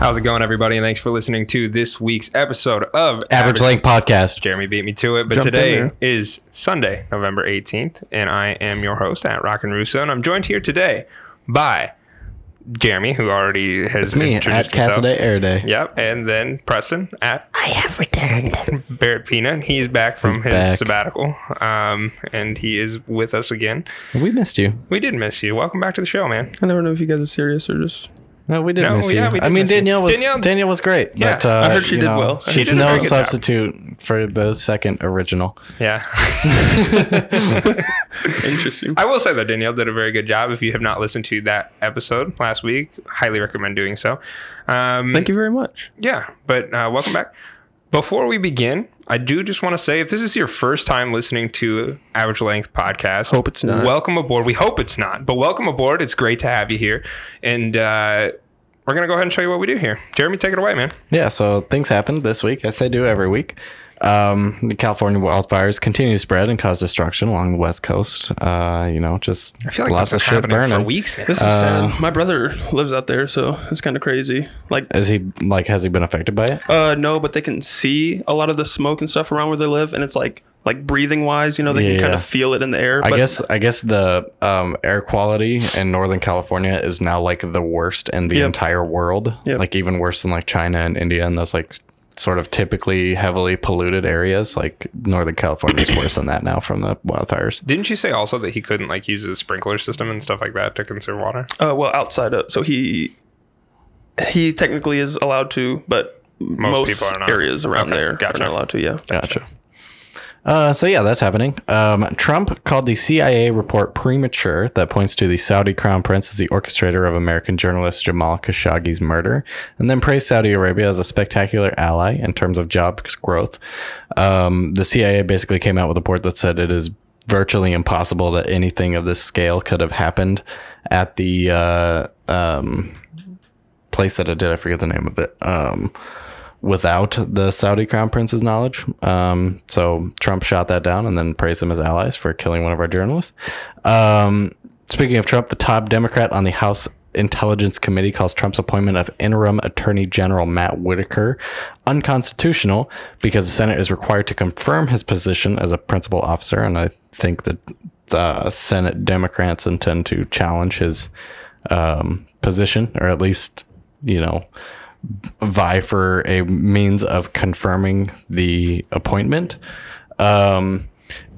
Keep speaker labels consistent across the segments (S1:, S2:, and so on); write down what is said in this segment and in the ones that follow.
S1: How's it going, everybody? And thanks for listening to this week's episode of
S2: Average Length Podcast.
S1: Jeremy beat me to it, but
S3: Jump in
S1: today
S3: there.
S1: is Sunday, November 18th, and I am your host at Rock and Russo, and I'm joined here today by Jeremy, who already has
S2: It's me at
S1: introduced himself.
S2: Castle Day Air Day.
S1: Yep, and then Preston at
S2: I have returned.
S1: Barrett Pina. He's back from his
S2: He's back.
S1: sabbatical, um, and he is with us again.
S2: We missed you.
S1: We did miss you. Welcome back to the show, man.
S3: I never know if you guys are serious or just.
S2: No, we didn't
S1: No,
S2: miss
S1: yeah,
S2: you.
S1: we
S2: I
S1: did
S2: mean,
S1: miss you.
S2: Danielle was
S1: Danielle-
S2: Danielle, was great.
S1: Yeah.
S2: but, uh,
S3: I heard she
S2: you
S3: did
S2: know,
S3: well. She
S2: She's
S1: did a
S2: no
S1: very good job.
S2: substitute for the second original.
S1: Yeah.
S3: Interesting.
S1: I will say that Danielle did a very good job. If you have not listened to that episode last week, highly recommend doing so. Um,
S3: Thank you very much.
S1: Yeah, but uh, welcome back. Before we begin, I do just want to say if this is your first time listening to Average Length Podcast,
S3: Hope it's not.
S1: Welcome aboard. We hope it's not, but welcome aboard. It's great to have you here, and uh, we're gonna go ahead and show you what we do here. Jeremy, take it away, man.
S2: Yeah, so things happened this week, as they do every week. Um, the California wildfires continue to spread and cause destruction along the West Coast. Uh, you know, just
S1: I feel like that's
S2: lots
S1: been
S2: of shit
S1: happening
S2: burning.
S1: for weeks now.
S3: This
S2: Uh,
S3: is sad. My brother lives out there, so it's kind of crazy. Like,
S2: Is he like? Has he been affected by it?
S3: uh, no, but they can see a lot of the smoke and stuff around where they live, and it's like, like breathing wise, you know, they
S2: Yeah,
S3: can kind
S2: yeah.
S3: of feel it in the air.
S2: I
S3: but
S2: guess I guess the um, air quality in Northern California is now like the worst in the
S3: Yep.
S2: entire world.
S3: Yep.
S2: Like even worse than like China and India and those like sort of typically heavily polluted areas. Like Northern California is worse than that now from the wildfires.
S1: Didn't you say also that he couldn't like use a sprinkler system and stuff like that to conserve water?
S3: Uh, well, outside of so he he technically is allowed to, but most,
S1: people are not.
S3: areas around
S1: Okay,
S3: there
S1: gotcha.
S3: are not allowed to. Yeah,
S2: Gotcha. Uh, so yeah, that's happening. Um, Trump called the CIA report premature that points to the Saudi crown prince as the orchestrator of American journalist Jamal Khashoggi's murder, and then praised Saudi Arabia as a spectacular ally in terms of job growth. Um, the CIA basically came out with a report that said it is virtually impossible that anything of this scale could have happened at the uh, um, place that it did. I forget the name of it. Um, without the Saudi crown prince's knowledge. Um, so Trump shot that down and then praised them as allies for killing one of our journalists. Um, speaking of Trump, the top Democrat on the House Intelligence Committee calls Trump's appointment of interim Attorney General Matt Whitaker unconstitutional because the Senate is required to confirm his position as a principal officer. And I think that uh, Senate Democrats intend to challenge his um, position, or at least, you know, vie for a means of confirming the appointment. Um,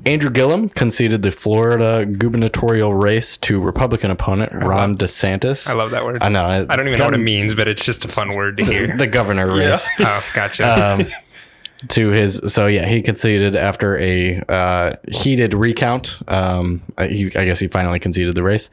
S2: Andrew Gillum conceded the Florida gubernatorial race to Republican opponent Ron DeSantis.
S1: I love that word.
S2: I know. I,
S1: I don't even know what it means, but it's just a fun word to hear.
S2: The governor race
S1: oh, gotcha.
S2: um, to his. So yeah, he conceded after a uh, heated recount. Um, I- he, I guess he finally conceded the race.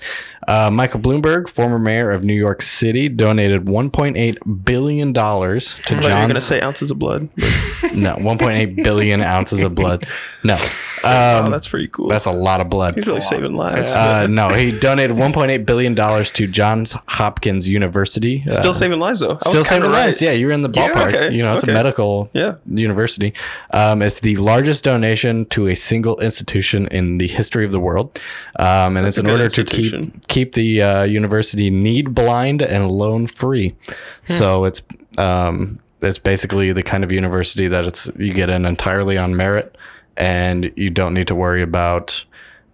S2: Uh, Michael Bloomberg, former mayor of New York City, donated 1.8 billion dollars
S3: I
S2: to
S3: thought you were
S2: John.
S3: gonna say ounces of blood. but-
S2: No, 1.8 billion ounces of blood. No,
S3: oh,
S2: um,
S3: that's pretty cool.
S2: that's a lot of blood.
S3: He's really saving lives.
S2: Uh, no, he donated 1.8 billion dollars to Johns Hopkins University. Uh,
S3: still saving lives though. I was
S2: still
S3: kinda
S2: saving
S3: right.
S2: lives. Yeah, you're in the ballpark.
S3: okay,
S2: You know, it's
S3: okay.
S2: a medical
S3: Yeah.
S2: university. Um, it's the largest donation to a single institution in the history of the world, um, and it's in
S3: a good
S2: order to
S3: institution.
S2: keep keep the uh, university need blind and loan free.
S3: Hmm.
S2: So it's um, it's basically the kind of university that it's you get in entirely on merit, and you don't need to worry about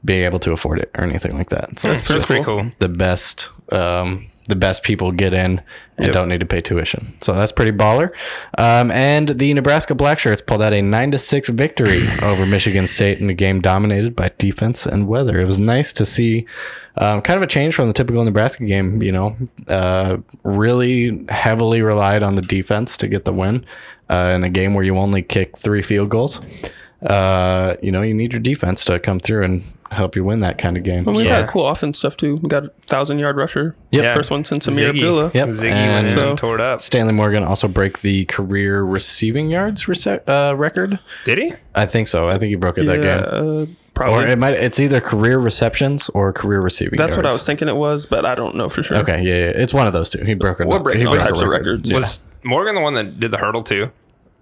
S2: being able to afford it or anything like that.
S3: Hmm.
S2: So it's
S1: That's
S2: just
S1: pretty cool.
S2: the best um, the best people get in and don't need to pay tuition. So that's pretty baller. Um, and the Nebraska Blackshirts pulled out a nine to six victory over Michigan State in a game dominated by defense and weather. It was nice to see um, kind of a change from the typical Nebraska game. You know, uh, really heavily relied on the defense to get the win uh, in a game where you only kick three field goals. Uh, you know, you need your defense to come through and help you win that kind of game.
S3: Well, we
S2: So-
S3: got cool offense stuff too. We got a thousand yard rusher.
S2: Yep.
S3: Yeah. First one since Amir
S1: Ziggy.
S3: Abdullah.
S2: Yep.
S1: Ziggy
S2: And-
S1: went in
S3: So-
S1: and tore it up.
S2: Stanley Morgan also broke the career receiving yards rece- uh, record.
S1: Did he?
S2: I think so. I think he broke it that
S3: Yeah,
S2: game.
S3: uh, probably.
S2: Or it might. It's either career receptions or career receiving.
S3: That's what I was
S2: yards.
S3: thinking it was, but I don't know for sure.
S2: Okay, yeah, yeah, it's one of those two. He broke.
S3: We're breaking
S2: he
S3: all
S2: broke a
S3: types of records. Yeah.
S1: Was Morgan the one that did the hurdle too?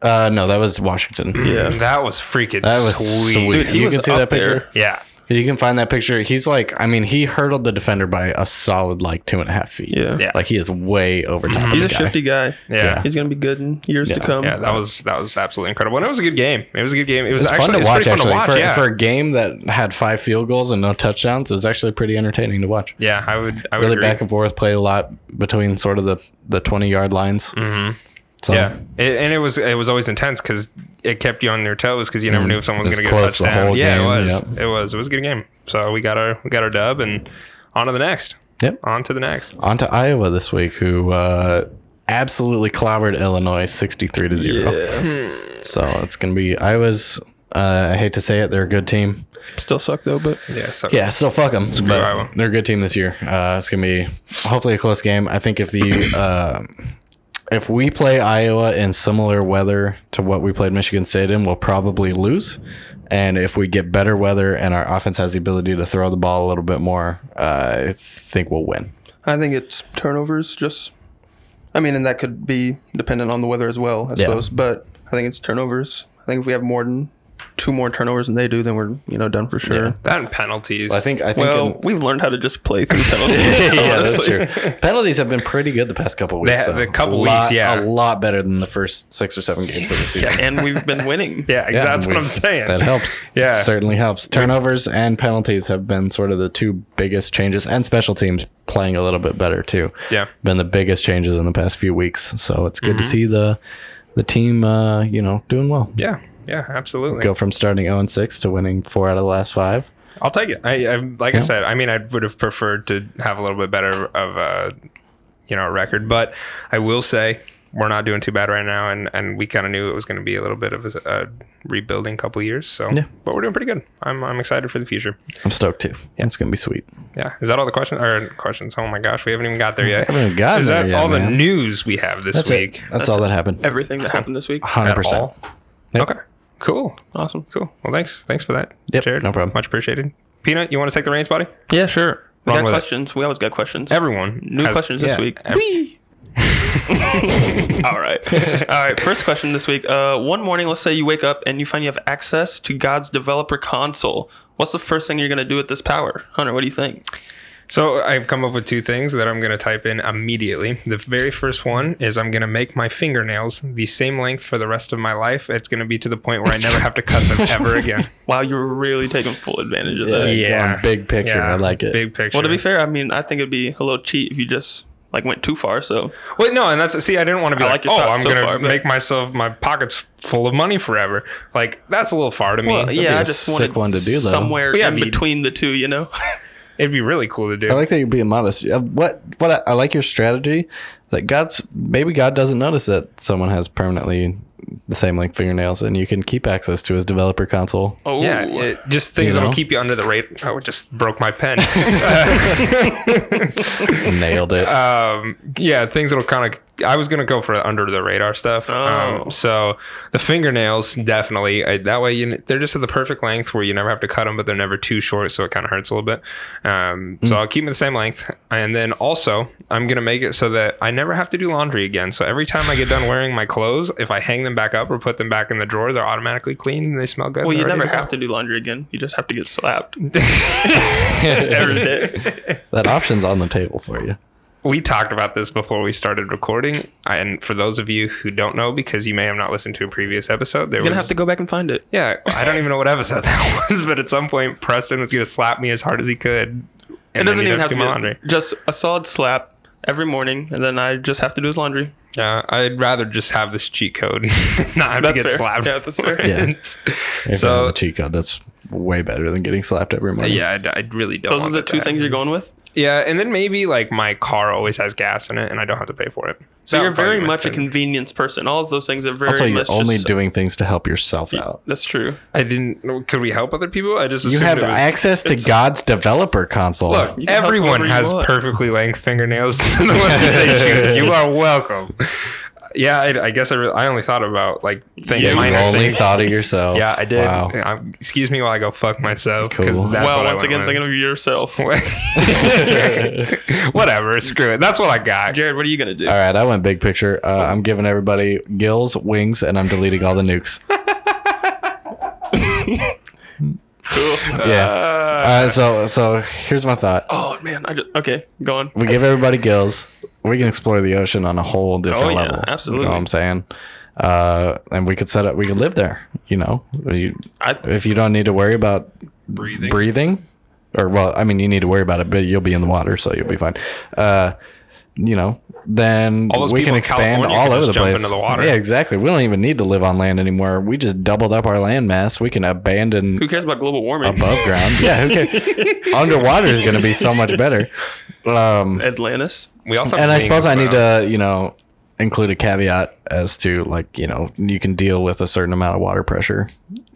S2: Uh, no, that was Washington.
S3: yeah.
S1: That was freaking
S2: That was
S1: sweet.
S2: sweet.
S3: Dude, he
S2: you
S3: was
S2: can see
S3: up
S2: that picture.
S3: there.
S1: Yeah.
S2: You can find that picture. He's like, I mean, he hurdled the defender by a solid like two and a half feet.
S4: Yeah.
S1: Yeah.
S2: Like he is way over top. of
S4: He's
S2: the
S4: a
S2: guy.
S4: shifty guy.
S1: Yeah.
S4: He's going to be good in years to
S2: Yeah.
S4: come.
S1: Yeah, that was that was absolutely incredible, and it was a good game. It was a good game. It was,
S2: It's
S1: actually
S2: fun to
S1: it's
S2: watch.
S1: pretty fun
S2: Actually,
S1: to watch.
S2: for,
S1: yeah,
S2: for a game that had five field goals and no touchdowns, it was actually pretty entertaining to watch.
S1: yeah, I would, I would
S2: Really
S1: agree.
S2: back and forth, played a lot between sort of the the twenty yard lines.
S1: Mhm.
S2: So
S1: Yeah, it, and it was it was always intense because it kept you on your toes because you never
S2: Mm.
S1: knew if someone was
S2: It's
S1: going to get a
S2: close the
S1: touchdown.
S2: whole
S1: yeah,
S2: game,
S1: it was.
S2: yep.
S1: It was. It was a good game. So we got our we got our dub and on to the next.
S2: Yep.
S1: On to the next.
S2: on to Iowa this week, who uh, absolutely clobbered Illinois sixty three to zero.
S4: Yeah.
S2: So it's gonna be Iowa's. Uh, I hate to say it, they're a good team.
S4: Still suck though, but
S1: Yeah. So
S2: Yeah, still fuck them. but
S1: Iowa.
S2: They're a good team this year. Uh, it's gonna be hopefully a close game. I think if the uh, if we play Iowa in similar weather to what we played Michigan State in, we'll probably lose. And if we get better weather and our offense has the ability to throw the ball a little bit more, uh, I think we'll win.
S4: I think it's turnovers. Just, I mean, and that could be dependent on the weather as well, I suppose. But I think it's turnovers. I think if we have more than two more turnovers than they do, then we're you know done for sure.
S1: That and penalties.
S2: I think. I think.
S4: Well,
S2: in-
S4: we've learned how to just play through penalties.
S2: yeah, that's
S4: honestly.
S2: true. Penalties have been pretty good the past couple weeks.
S1: have-
S2: though.
S1: the couple
S2: A
S1: weeks,
S2: lot-
S1: yeah.
S2: a lot better than the first six or seven games of the season.
S4: and we've been winning.
S1: Yeah,
S2: Yeah,
S1: exactly.
S2: and
S1: That's what I'm
S2: we've-
S1: saying.
S2: That helps.
S1: Yeah.
S2: It certainly helps. Turnovers and penalties have been sort of the two biggest changes, and special teams playing a little bit better too.
S1: Yeah.
S2: Been the biggest changes in the past few weeks. So it's good to see the the team, uh, you know, doing well.
S1: Yeah. Yeah. Absolutely.
S2: Go from starting zero and six to winning four out of the last five.
S1: I'll take it. I, I like I
S2: Yeah.
S1: said. I mean, I would have preferred to have a little bit better of a, you know, a record. But I will say we're not doing too bad right now, and and we kind of knew it was going to be a little bit of a, a rebuilding couple years. So,
S2: Yeah.
S1: but we're doing pretty good. I'm I'm excited for the future.
S2: I'm stoked too. It's gonna be sweet.
S1: Yeah. Is that all the questions or questions? Oh my gosh, we haven't even got there yet.
S2: haven't even gotten
S1: Is that
S2: there yet,
S1: all the
S2: man.
S1: news we have this
S2: That's it.
S1: week?
S2: That's, all that happened.
S4: Everything that happened this week.
S2: Hundred
S1: At
S2: percent.
S1: all? Okay. Cool.
S4: Awesome.
S1: Cool. Well, thanks. Thanks for that,
S2: Yep,
S1: Jared.
S2: no problem.
S1: Much appreciated. Peanut, you want to take the reins, buddy?
S4: Yeah, sure. We
S1: Run
S4: got
S1: with it.
S4: questions. We always got questions.
S1: Everyone.
S4: New
S1: has-
S4: questions
S1: yeah,
S4: this week.
S1: ev-
S4: All right. All right. First question this week. Uh, one morning, let's say you wake up and you find you have access to God's developer console. What's the first thing you're going to do with this power? Hunter, what do you think?
S1: So I've come up with two things that I'm going to type in immediately. The very first one is I'm going to make my fingernails the same length for the rest of my life. It's going to be to the point where I never have to cut them ever again.
S4: Wow, you're really taking full advantage of that.
S2: Yeah. Going big picture. I like it.
S1: Big picture.
S4: Well, to be fair, I mean, I think it'd be a little cheat if you just like went too far. So
S1: Wait, no, and that's see, I didn't want to be
S4: I
S1: like,
S4: like your
S1: oh,
S4: thought
S1: I'm
S4: so
S1: gonna
S4: far, but-
S1: make myself my pockets full of money forever. Like that's a little far to me.
S4: well,
S2: be
S4: yeah,
S2: a
S4: I just
S2: sick
S4: wanted
S2: one to do, though.
S4: somewhere
S1: Yeah,
S4: in
S1: I mean-
S4: between the two. You know,
S1: It'd be really cool to do.
S2: I like that you're being modest. Uh, What what I, I like your strategy. That God's maybe God doesn't notice that someone has permanently the same length fingernails, and you can keep access to his developer console.
S4: oh
S1: yeah, it, just things
S2: You
S1: that'll
S2: know?
S1: keep you under the radar. Oh, it just broke my pen.
S2: Nailed it.
S1: um, yeah, things that'll kind of. I was gonna go for under the radar stuff.
S4: Oh.
S1: Um, so the fingernails definitely. I, that way, you, they're just at the perfect length where you never have to cut them, but they're never too short, so it kind of hurts a little bit. Um,
S4: Mm.
S1: So I'll keep them the same length, and then also I'm gonna make it so that I never have to do laundry again. So every time I get done wearing my clothes, if I hang them back up or put them back in the drawer, they're automatically clean and they smell good.
S4: Well, you never have to do laundry again. You just have to get slapped every
S2: that
S4: day.
S2: option's on the table for you.
S1: we talked about this before we started recording, and for those of you who don't know, because you may have not listened to a previous episode, there
S4: You're gonna
S1: was
S4: have to go back and find it.
S1: yeah, I don't even know what episode that was, but at some point Preston was gonna slap me as hard as he could. and
S4: It
S1: then
S4: doesn't
S1: he'd
S4: even have to
S1: do
S4: be
S1: my laundry.
S4: just a solid slap every morning, and then I just have to do his laundry.
S1: Yeah, I'd rather just have this cheat code, and not have to
S4: That's
S1: get
S4: fair.
S1: slapped.
S4: Yeah, that's fair.
S2: Yeah. If you have
S1: so
S2: the cheat code, that's way better than getting slapped every morning.
S1: yeah, I, I really don't.
S4: Those are
S1: want
S4: the
S1: that
S4: two
S1: to
S4: things you're going with.
S1: happen. Yeah, and then maybe like my car always has gas in it, and I don't have to pay for it.
S4: So
S1: That
S4: you're
S1: would probably
S4: very
S1: be my
S4: much a
S1: thing.
S4: convenience person. All of those things are very
S2: Also, you're
S4: much
S2: only
S4: just-
S2: doing things to help yourself out.
S4: That's true.
S1: I didn't. Could we help other people? I just
S2: You
S1: assumed
S2: have
S1: it was,
S2: access to God's developer console.
S1: Look,
S4: You can help
S1: everyone
S4: whoever you
S1: has
S4: want.
S1: perfectly length fingernails. the ones that they choose. You are welcome. Yeah, I, I guess I, re- I only thought about like things.
S2: yeah, you
S1: minor
S2: only
S1: things.
S2: thought of yourself.
S1: Yeah, I did.
S2: Wow.
S1: i excuse me while I go fuck myself. 'cause
S2: Cool.
S1: That's
S4: well,
S1: what
S4: once
S1: I
S4: again, thinking
S1: went
S4: of yourself.
S1: with. whatever. Screw it. That's what I got.
S4: Jared, what are you gonna do?
S2: All right, I went big picture. Uh, I'm giving everybody gills, wings, and I'm deleting all the nukes. yeah. Uh, so so here's my thought.
S4: Oh man, I just okay. Go on.
S2: We give everybody gills. We can explore the ocean on a whole different
S4: Oh, yeah,
S2: level. You
S4: absolutely.
S2: know what I'm saying? Uh, and we could set up. We could live there. You know, you,
S4: I
S2: if you don't need to worry about
S1: Breathing.
S2: breathing, or well, I mean, you need to worry about it, but you'll be in the water, so you'll be fine. Uh, you know, then
S1: All those
S2: we
S1: people
S2: can
S1: in
S2: expand
S1: California
S2: all
S1: can
S2: over
S1: just
S2: the
S1: jump
S2: place.
S1: into the water.
S2: Yeah, exactly. We don't even need to live on land anymore. We just doubled up our land mass. We can abandon
S4: who cares about global warming?
S2: above ground. Yeah, okay. Underwater is going to be so much better. Um,
S4: Atlantis.
S1: We also have
S2: and I
S1: wings,
S2: suppose I
S1: but
S2: need to, you know, include a caveat as to like, you know, you can deal with a certain amount of water pressure,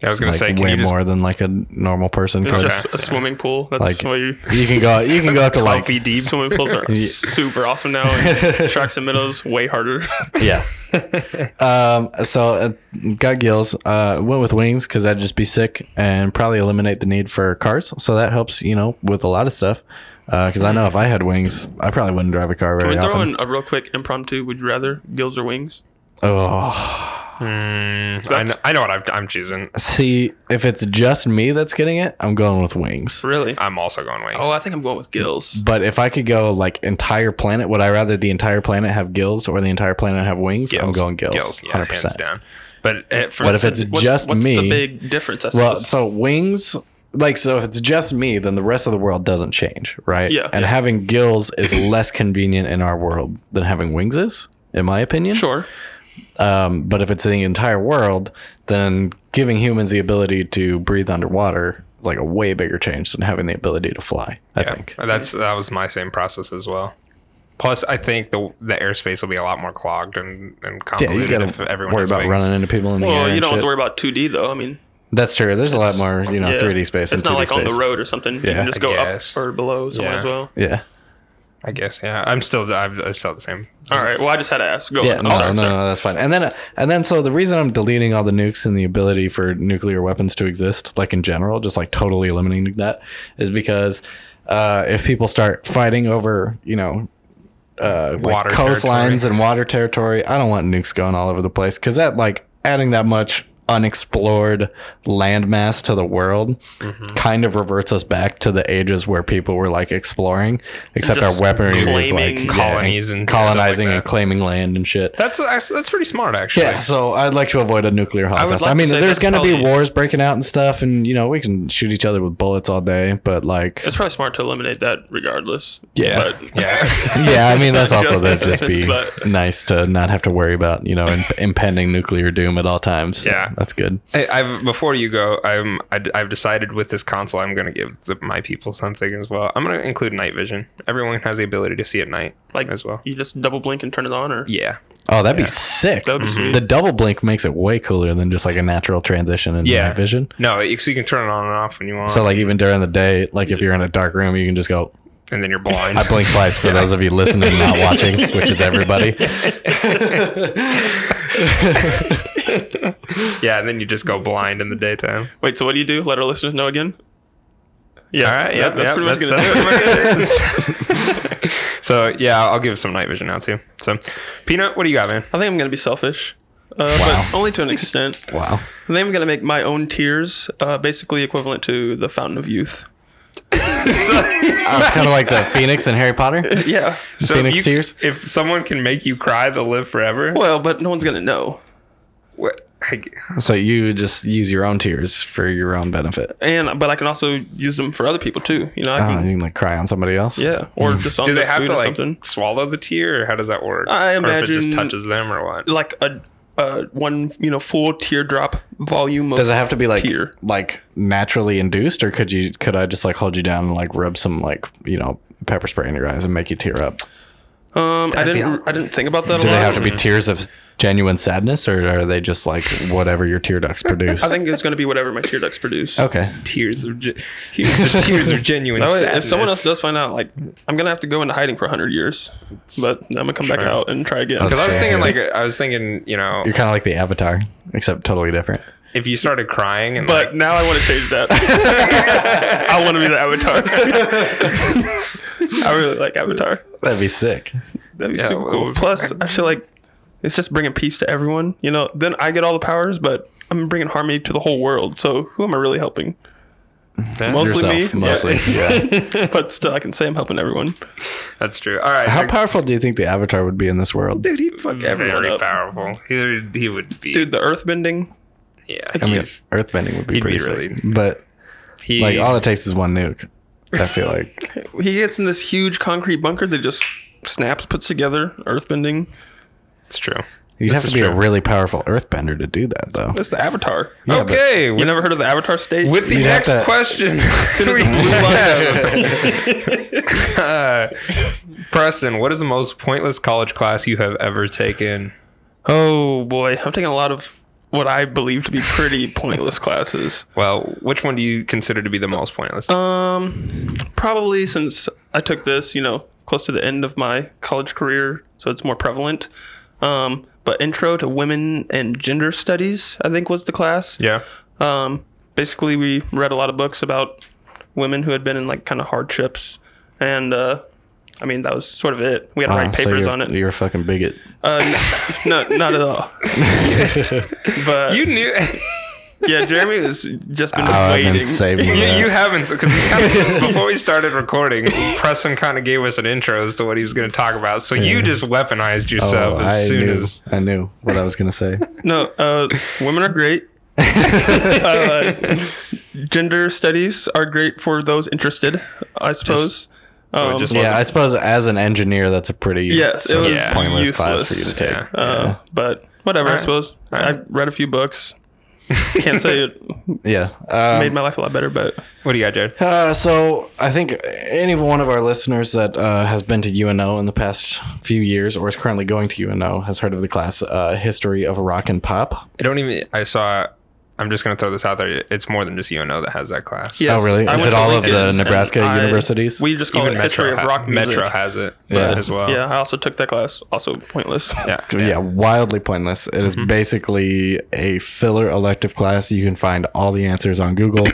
S1: I was gonna
S2: like
S1: say, can
S2: way
S1: you just
S2: more than like a normal person.
S4: It's
S2: could.
S1: Okay.
S4: just a swimming pool.
S2: Like-
S4: That's why you.
S2: You can go. You can go up to
S4: Twelve
S2: like
S4: feet deep. Swimming pools are super awesome now. And sharks and minnows way harder.
S2: yeah. um, so uh, got gills. Uh, went with wings because I'd just be sick and probably eliminate the need for cars. So that helps, you know, with a lot of stuff. Because I know if I had wings, I probably wouldn't drive a car
S4: Can
S2: very
S4: we throw
S2: often.
S4: in a real quick impromptu? Would you rather gills or wings?
S2: oh,
S1: Mm, I know, I know what I've, I'm choosing.
S2: see, if it's just me that's getting it, I'm going with wings.
S4: Really?
S1: I'm also going wings.
S4: Oh, I think I'm going with gills.
S2: But if I could go like entire planet, would I rather the entire planet have gills or the entire planet have wings? I'm going gills,
S1: yeah,
S2: hundred
S1: hands
S2: percent.
S1: down. But uh, for
S2: What if
S1: instance,
S2: it's
S4: What's,
S2: just
S4: what's
S2: me?
S4: the big difference? I
S2: Well,
S4: suppose?
S2: so wings, like, so if it's just me, then the rest of the world doesn't change, right?
S4: Yeah.
S2: And
S4: Yeah.
S2: having gills is less convenient in our world than having wings is, in my opinion.
S4: sure.
S2: Um, but if it's the entire world, then giving humans the ability to breathe underwater is like a way bigger change than having the ability to fly, I
S1: yeah,
S2: think.
S1: Uh, that's that was my same process as well. Plus, I think the the airspace will be a lot more clogged and and
S2: Yeah, you
S1: convoluted
S2: gotta
S1: if everyone
S2: worry
S1: has
S2: about
S1: wings.
S2: running into people in the air.
S4: Well, you
S2: and
S4: don't have
S2: shit.
S4: to worry about 2D though. I mean,
S2: That's true. There's a lot more, you know,
S4: yeah.
S2: 3D space.
S4: It's
S2: than
S4: not
S2: 2D
S4: like on
S2: space.
S4: the road or something. you
S2: Yeah,
S4: can just
S1: I
S4: go
S1: guess.
S4: up or below someone
S1: Yeah.
S4: as well.
S2: Yeah.
S1: I guess. Yeah, I'm still I've, I'm still the same.
S4: All right. Well, I just had to ask. Go.
S2: Yeah,
S4: on.
S2: no,
S4: Oh, sorry,
S2: no,
S4: sorry.
S2: no, that's fine. And then, and then, so the reason I'm deleting all the nukes and the ability for nuclear weapons to exist, like in general, just like totally eliminating that, is because uh, if people start fighting over, you know, uh, like
S1: Water
S2: coastlines and water territory, I don't want nukes going all over the place because that, like, adding that much unexplored landmass to the world
S4: Mm-hmm.
S2: kind of reverts us back to the ages where people were like exploring except our
S4: Just
S2: weaponry was like
S4: claiming
S2: yeah,
S1: colonies and stuff like
S2: colonizing and
S1: that.
S2: claiming land and shit
S1: That's that's that's pretty smart actually.
S2: yeah, so I'd like to avoid a nuclear holocaust. I,
S4: like to
S2: mean,
S4: say
S2: there's
S4: that's
S2: going to be
S4: probably-
S2: wars breaking out and stuff, and you know we can shoot each other with bullets all day, but like,
S4: It's probably smart to eliminate that regardless.
S2: Yeah.
S4: But
S1: Yeah.
S2: yeah, I mean that's also
S4: Just-
S2: that'd just be
S4: but-
S2: nice to not have to worry about you know imp- impending nuclear doom at all times.
S1: Yeah.
S2: that's good.
S1: I, I've before you go, I'm I, I've decided with this console, I'm gonna give the, my people something as well. I'm gonna include night vision. Everyone has the ability to see at night,
S4: Like-
S1: as well.
S4: You just double blink and turn it on, or
S1: Yeah,
S2: Oh, that'd be sick. Mm-hmm.
S4: that would be sweet.
S2: The double blink makes it way cooler than just like a natural transition into
S1: Yeah.
S2: night vision.
S1: no, you, so you can turn it on and off when you want,
S2: So like even during the day, like if you're in a dark room, you can just go.
S1: and then you're blind.
S2: I blink twice for those of you listening, not watching, which is everybody.
S1: yeah, and then you just go blind in the daytime.
S4: Wait, so what do you do? Let our listeners know again. Yeah,
S1: All right, yeah,
S4: that- that's
S1: yeah,
S4: pretty much
S1: that's-
S4: gonna do it.
S1: that's what it is. so yeah, I'll give some night vision now too. So, Peanut, what do you got, man?
S4: I think I'm gonna be selfish, uh, but only to an extent.
S2: Wow.
S4: I think I'm gonna make my own tears, uh, basically equivalent to the Fountain of Youth.
S2: kind of like the phoenix in Harry Potter.
S4: Yeah.
S1: So
S2: Uh, Phoenix
S1: you,
S2: tears?
S1: If someone can make you cry, they'll live forever.
S4: Well, but no one's gonna know.
S1: What? I,
S2: So you just use your own tears for your own benefit.
S4: and but I can also use them for other people too. You know, I
S2: Oh,
S4: can,
S2: you can like cry on somebody else.
S4: yeah, or
S2: Mm.
S4: just on
S1: do they
S4: their
S1: have
S4: food
S1: to
S4: or
S1: like
S4: something.
S1: swallow the tear, or how does that work?
S4: I
S1: or if it just
S4: imagine-
S1: touches them, or what?
S4: Like a uh, one, you know, full teardrop volume. Of,
S2: Does it have to be like
S4: Tear.
S2: like naturally induced, or could you could I just like hold you down and like rub some like you know pepper spray in your eyes and make you tear up?
S4: Um, I didn't, I didn't think about that a
S2: Do they
S4: lot.
S2: have to be tears of genuine sadness, or are they just like whatever your tear ducts produce?
S4: I think it's going to be whatever my tear ducts produce.
S2: okay.
S1: Tears of ge- here's the tears of genuine
S4: That way,
S1: sadness.
S4: if someone else does find out, like I'm gonna have to go into hiding for 100 years, but I'm gonna come back out and try again.
S1: because I was
S2: Fair.
S1: thinking like I was thinking, you know,
S2: You're kind of like the Avatar, except totally different.
S1: if you started crying and
S4: But
S1: like,
S4: now I want to change that. I want to be the avatar. I really like Avatar.
S2: That'd be sick.
S4: That'd be
S1: Yeah,
S4: super
S1: well,
S4: cool.
S1: if-
S4: Plus, I feel like it's just bringing peace to everyone. You know, then I get all the powers, but I'm bringing harmony to the whole world. So who am I really helping?
S1: Yeah.
S4: Mostly
S2: Yourself,
S4: me.
S2: Mostly. Yeah.
S4: but still, I can say I'm helping everyone.
S1: That's true. All right.
S2: How
S1: they're
S2: powerful do you think the Avatar would be in this world?
S4: Dude, he fuck everyone
S1: very
S4: up.
S1: powerful. He, he would be.
S4: Dude, the earthbending.
S1: yeah.
S2: I mean,
S1: he's-
S2: earthbending would be
S1: He'd be
S2: pretty sick.
S1: really-
S2: But
S1: he,
S2: like, all it takes is one nuke. I feel like
S4: He gets in this huge concrete bunker that just snaps, puts together, earthbending.
S1: it's true.
S2: you'd
S1: This
S2: have to
S1: is
S2: be a
S1: true.
S2: really powerful earthbender to do that, though.
S4: That's the Avatar.
S2: Yeah, but-
S1: okay.
S4: You
S1: with,
S4: never heard of the Avatar state?
S1: with the
S2: You'd have
S1: next
S2: to-
S1: question.
S4: as the blue light
S1: Uh, Preston, what is the most pointless college class you have ever taken?
S4: Oh boy, I'm taking a lot of what I believe to be pretty pointless classes.
S1: Well, which one do you consider to be the most pointless?
S4: Um, probably since I took this, you know, close to the end of my college career, so it's more prevalent. Um, but intro to women and gender studies, I think, was the class.
S1: yeah.
S4: Um, basically, we read a lot of books about women who had been in like kind of hardships, and uh, I mean that was sort of it. We had to
S2: Wow,
S4: write
S2: uh, so
S4: papers
S2: you're-
S4: on it.
S2: You're a fucking bigot.
S4: Uh, no, not at all. but
S2: uh,
S1: You knew.
S4: yeah, Jeremy has just been
S2: Oh, I've
S4: waiting.
S2: been saving
S1: You,
S2: that.
S1: you haven't because before we started recording, Preston kind of gave us an intro as to what he was going to talk about. So you just weaponized
S2: Oh,
S1: yourself as
S2: I
S1: soon
S2: knew,
S1: as
S2: I knew what I was gonna say.
S4: No, uh, women are great. uh, gender studies are great for those interested, I suppose.
S2: Oh,
S4: um,
S1: just
S2: yeah, I suppose as an engineer, that's a pretty
S4: Yes, it
S2: sort of
S4: was
S2: pointless class for you
S4: useless.
S2: to take.
S1: Yeah.
S4: uh, but whatever, I
S1: Alright.
S4: suppose. I
S1: Alright.
S4: read a few books. Can't say it
S2: Yeah. Um, Oh,
S4: made my life a lot better, but
S1: what do you got, Jared?
S2: Uh, so I think any one of our listeners that uh, has been to UNO in the past few years or is currently going to UNO has heard of the class uh, History of Rock and Pop.
S1: I don't even. I saw. I'm just going to throw this out there. It's more than just UNO that has that class.
S4: yes,
S2: oh, really?
S4: I
S2: Is
S4: went
S2: it
S4: to
S2: all of
S4: Lincoln
S2: the
S4: and
S2: Nebraska
S4: I-
S2: universities?
S4: We just call
S1: Even
S4: it history
S1: Metro,
S4: of
S1: ha-
S4: oh, rock music.
S1: Metro Oh. has it
S2: Yeah.
S1: as well.
S4: Yeah, I also took that class. Also pointless.
S1: Yeah.
S2: yeah. wildly pointless. It is basically a filler elective class. You can find all the answers on Google.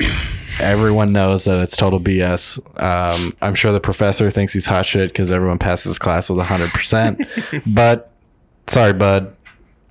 S2: everyone knows that it's total BS. Um, I'm sure the professor thinks he's hot shit because everyone passes class with 100%. but sorry, bud.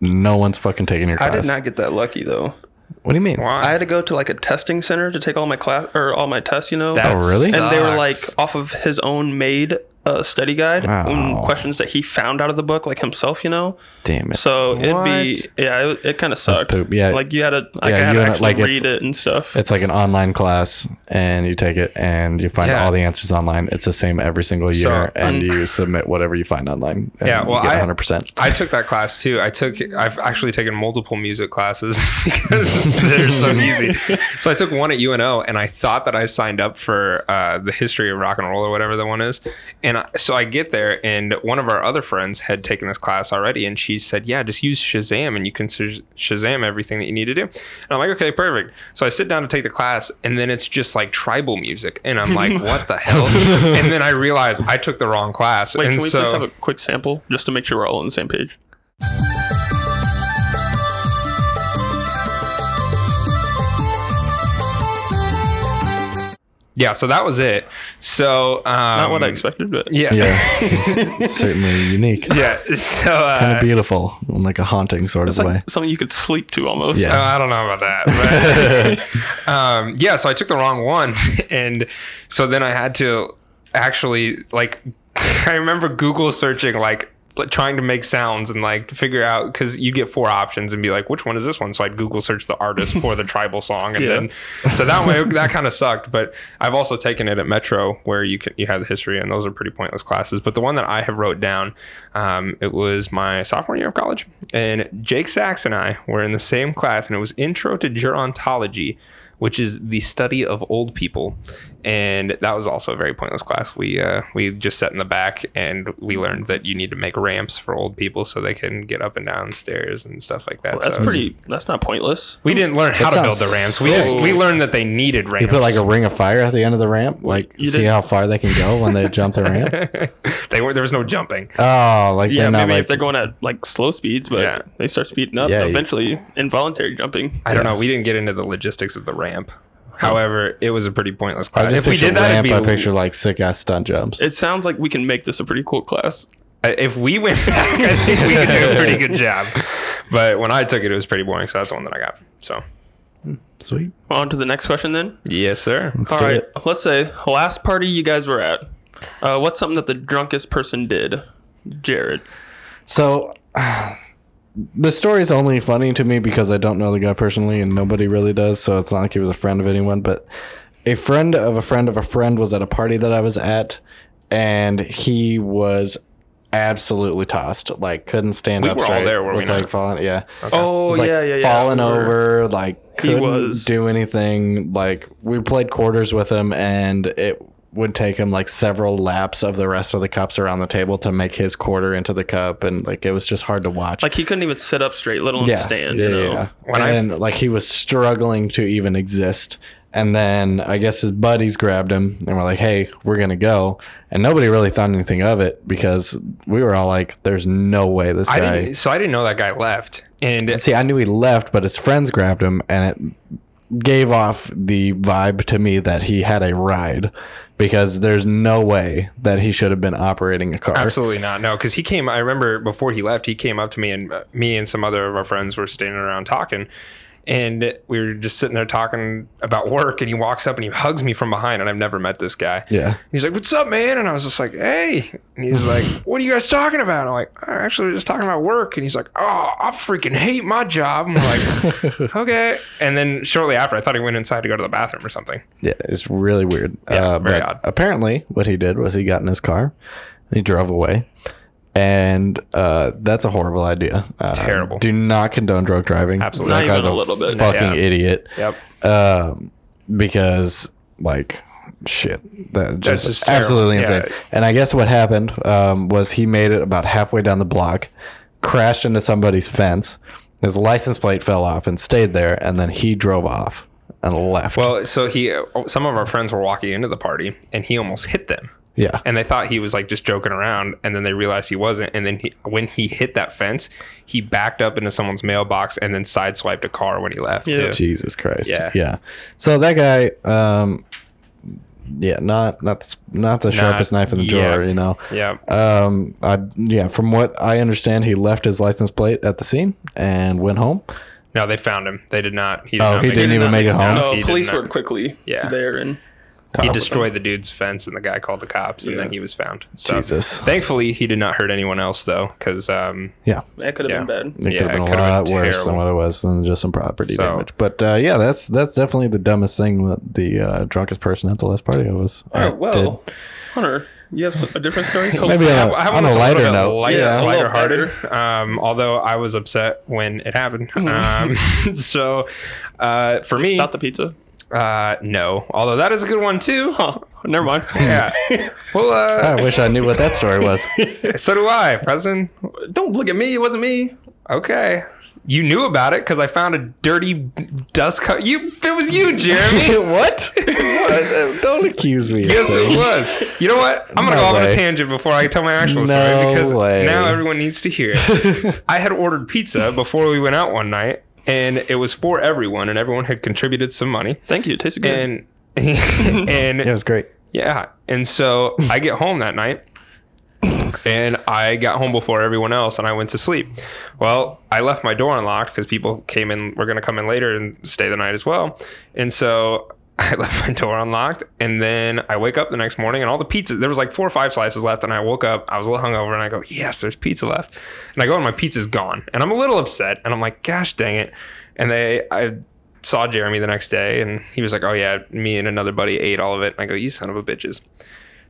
S2: No one's fucking taking your class.
S4: I did not get that lucky though.
S2: What do you mean?
S1: Why?
S4: I had to go to like a testing center to take all my class or all my tests. You know,
S1: That
S2: Oh, really?
S4: and they were like
S1: sucks.
S4: off of his own made uh, study guide
S2: Wow.
S4: um, questions that he found out of the book like himself you know
S2: Damn it.
S4: so it'd be yeah it, it kind of sucked
S2: poop, yeah.
S4: like you had to like
S2: Yeah,
S4: i had
S2: you
S4: to
S2: and-
S4: actually
S2: like, it's-
S4: read it and stuff
S2: It's like an online class, and you take it and you find
S1: Yeah.
S2: all the answers online. It's the same every single
S1: So, um,
S2: year, and you submit whatever you find online. And
S1: Yeah, well,
S2: you
S1: I-
S2: get 100%.
S1: I took that class too. I took I've actually taken multiple music classes because they're so easy. So I took one at UNO and I thought that I signed up for uh, the history of rock and roll or whatever the one is. And I, so I get there and one of our other friends had taken this class already and she said, "Yeah, just use Shazam and you can Shaz- Shazam everything that you need to do." And I'm like, "Okay, perfect." So I sit down to take the class and then it's just like tribal music and I'm like, "What the hell?" And then I realize I took the wrong class.
S4: wait
S1: and
S4: can we
S1: so
S4: please have a quick sample just to make sure we're all on the same page
S1: Yeah, so that was it. So um,
S4: not what i expected but
S1: Yeah,
S2: Yeah, it's, it's certainly unique.
S1: yeah. So
S2: Kind
S1: uh,
S2: of beautiful in like a haunting sort of
S4: it's like
S2: way.
S4: something you could sleep to almost
S2: Yeah.
S1: uh, I don't know about that. But, um, yeah, so I took the wrong one, and so then I had to actually like I remember Google searching like like, trying to make sounds and like figure out because you get four options and be like which one is this one so i'd google search the artist for the tribal song and
S4: Yeah.
S1: then so that way that kind of sucked but i've also taken it at metro where you can you have the history and those are pretty pointless classes but the one that i have wrote down um, it was my sophomore year of college and jake sachs and i were in the same class and it was intro to gerontology which is the study of old people, and that was also a very pointless class. We uh, we just sat in the back and we learned that you need to make ramps for old people so they can get up and down stairs and stuff like that.
S4: Well, that's
S1: So-
S4: pretty that's not pointless
S1: We didn't learn how
S2: That
S1: to build the
S2: sounds
S1: ramps. We
S2: so-
S1: just we learned that they needed ramps.
S2: You put like a ring of fire at the end of the ramp, like
S4: you
S2: see
S4: did-
S2: how far they can go when they jump the ramp.
S1: they were there was no jumping.
S2: Oh, like
S4: yeah
S2: they're not
S4: maybe
S2: like
S4: if they're going at like slow speeds but
S1: Yeah.
S4: they start speeding up
S2: Yeah, you-
S4: eventually involuntary jumping
S1: I don't know. We didn't get into the logistics of the ramp. However, it was a pretty pointless
S2: I
S1: class.
S2: just
S1: If we
S2: picture
S1: did that, it'd
S2: ramp,
S1: be
S2: I picture like sick ass stunt jumps.
S4: it sounds like we can make this a pretty cool class
S1: uh, if we went back, I think we could do a pretty good job. But when I took it, it was pretty boring. So that's the one that I got. So
S2: Sweet.
S4: On to the next question then.
S1: Yes, sir.
S2: Let's
S4: All
S2: do
S4: right.
S2: it.
S4: Let's say last party you guys were at. Uh, what's something that the drunkest person did? Jared.
S2: So the story's only funny to me because I don't know the guy personally and nobody really does, so it's not like he was a friend of anyone, but a friend of a friend of a friend was at a party that I was at and he was absolutely tossed. Like couldn't stand
S1: We
S2: up
S1: were all
S2: straight.
S1: there, were we
S2: was
S1: not?
S2: like falling yeah.
S4: Oh
S2: was like
S4: yeah, yeah, yeah.
S2: falling
S4: We were-
S2: over, like
S4: He
S2: couldn't
S4: was.
S2: do anything. Like we played quarters with him, and it would take him like several laps of the rest of the cups around the table to make his quarter into the cup, and like it was just hard to watch.
S4: Like he couldn't even sit up straight, let alone
S2: yeah,
S4: stand.
S2: yeah,
S4: you know?
S2: yeah.
S1: When I-
S2: and like he was struggling to even exist. And then I guess his buddies grabbed him and were like, "Hey, we're gonna go." And nobody really thought anything of it because we were all like, "There's no way this
S1: I
S2: guy."
S1: didn't, so I didn't know that guy left, and
S2: And see, I knew he left, but his friends grabbed him, and it gave off the vibe to me that he had a ride because there's no way that he should have been operating a car.
S1: Absolutely not. No, because he came. I remember before he left, he came up to me and uh, me and some other of our friends were standing around talking, and we were just sitting there talking about work. And he walks up and he hugs me from behind, and I've never met this guy.
S2: Yeah.
S1: He's like, "What's up, man?" And I was just like, "Hey." And he's like, "What are you guys talking about?" And I'm like, "Oh, "Actually, we're just talking about work." And he's like, "Oh, I freaking hate my job." And we're like, "Okay." And then shortly after, I thought he went inside to go to the bathroom or something.
S2: Yeah, it's really weird.
S1: Yeah,
S2: uh,
S1: very
S2: but
S1: odd.
S2: Apparently, what he did was he got in his car, and he drove away, and uh, that's a horrible idea. Uh,
S1: Terrible.
S2: Do not condone drug driving.
S1: Absolutely.
S2: That
S4: Not even
S2: guy's
S4: a little bit.
S1: Yeah.
S2: Fucking idiot.
S1: Yep.
S2: um, because like shit that
S1: That's
S2: just,
S1: just terrible.
S2: absolutely
S1: Yeah.
S2: insane and i guess what happened um, was he made it about halfway down the block crashed into somebody's fence his license plate fell off and stayed there and then he drove off and left
S1: Well, so he, uh, some of our friends were walking into the party, and he almost hit them.
S2: yeah
S1: and they thought he was like just joking around and then they realized he wasn't and then he, when he hit that fence he backed up into someone's mailbox and then sideswiped a car when he left
S4: Yeah.
S1: too.
S2: jesus christ
S1: Yeah.
S2: yeah so that guy um yeah not not the, not the sharpest knife in the
S1: yeah.
S2: drawer you know
S1: yeah
S2: Um, I yeah, from what I understand, he left his license plate at the scene and went home.
S1: no they found him they did not he did
S2: Oh,
S1: not
S2: he
S1: make
S2: didn't
S1: it.
S2: even make it
S1: No,
S2: home.
S4: No,
S1: he did
S4: police
S1: not.
S4: were quickly
S1: Yeah.
S4: there and
S1: he destroyed the dude's fence and the guy called the cops and
S4: Yeah.
S1: then he was found so
S2: Jesus.
S1: thankfully he did not hurt anyone else though because um
S2: Yeah,
S4: that could have
S1: Yeah.
S4: been
S2: it
S4: bad.
S1: Yeah,
S2: could have been
S1: it
S2: a
S1: could've been
S2: lot worse than
S1: terrible.
S2: what it was than just some property
S1: So-
S2: damage. But uh, yeah, that's that's definitely the dumbest thing that the uh, drunkest person at the last party I was. uh,
S4: Oh
S2: I
S4: well, Hunter, you have some, a different story. So
S2: Maybe
S1: I,
S2: on a,
S1: I have
S2: on
S1: one
S2: a
S1: that's
S2: lighter
S1: little bit
S2: note.
S1: light-
S4: Yeah, a little
S1: lighter hearted. Um, although I was upset when it happened.
S4: Mm.
S1: Um, so uh, for me,
S4: not the pizza.
S1: uh, no. Although that is a good one too.
S4: Huh? Never mind.
S1: Yeah. Well, uh,
S2: I wish I knew what that story was.
S1: So do I, President.
S4: Don't look at me. It wasn't me.
S1: Okay. You knew about it because I found a dirty dust cover. You, it was you, Jeremy.
S2: what? Don't accuse me. of
S1: yes,
S2: things.
S1: it was. You know what? I'm gonna
S2: No
S1: go off on
S2: way.
S1: a tangent before I tell my actual
S2: No
S1: story because
S2: way.
S1: now everyone needs to hear it. I had ordered pizza before we went out one night, and it was for everyone, and everyone had contributed some money,
S4: Thank you. It tasted good.
S1: and and
S2: Yeah, it was great.
S1: Yeah. And so I get home that night and I got home before everyone else and I went to sleep. Well, I left my door unlocked because people came in, were going to come in later and stay the night as well. And so I left my door unlocked and then I wake up the next morning and all the pizzas, there was like four or five slices left. And I woke up, I was a little hungover and I go, yes, there's pizza left. And I go and my pizza's gone. And I'm a little upset and I'm like, gosh dang it. And they, I, saw Jeremy the next day and he was like, Oh yeah, me and another buddy ate all of it. And I go, You son of a bitches.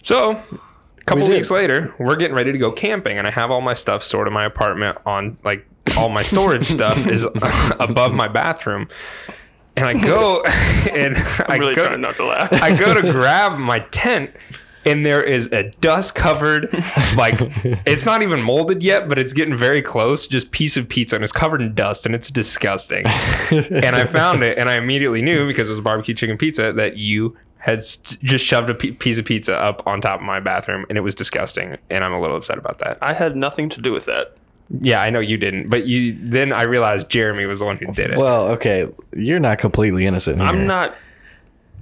S1: So a couple
S2: We did.
S1: weeks later, we're getting ready to go camping and I have all my stuff stored in my apartment on like all my storage stuff is above my bathroom. And I go and I
S4: I'm really
S1: go
S4: trying not to laugh.
S1: I go to grab my tent, and there is a dust covered, like it's not even molded yet, but it's getting very close. Just piece of pizza, and it's covered in dust, and it's disgusting. and I found it, and I immediately knew because it was barbecue chicken pizza that you had s just shoved a p- piece of pizza up on top of my bathroom, and it was disgusting. And I'm a little upset about that.
S4: I had nothing to do with that.
S1: Yeah, I know you didn't, but you then I realized Jeremy was the one who did it.
S2: Well, okay, you're not completely innocent.
S4: I'm
S2: here.
S4: not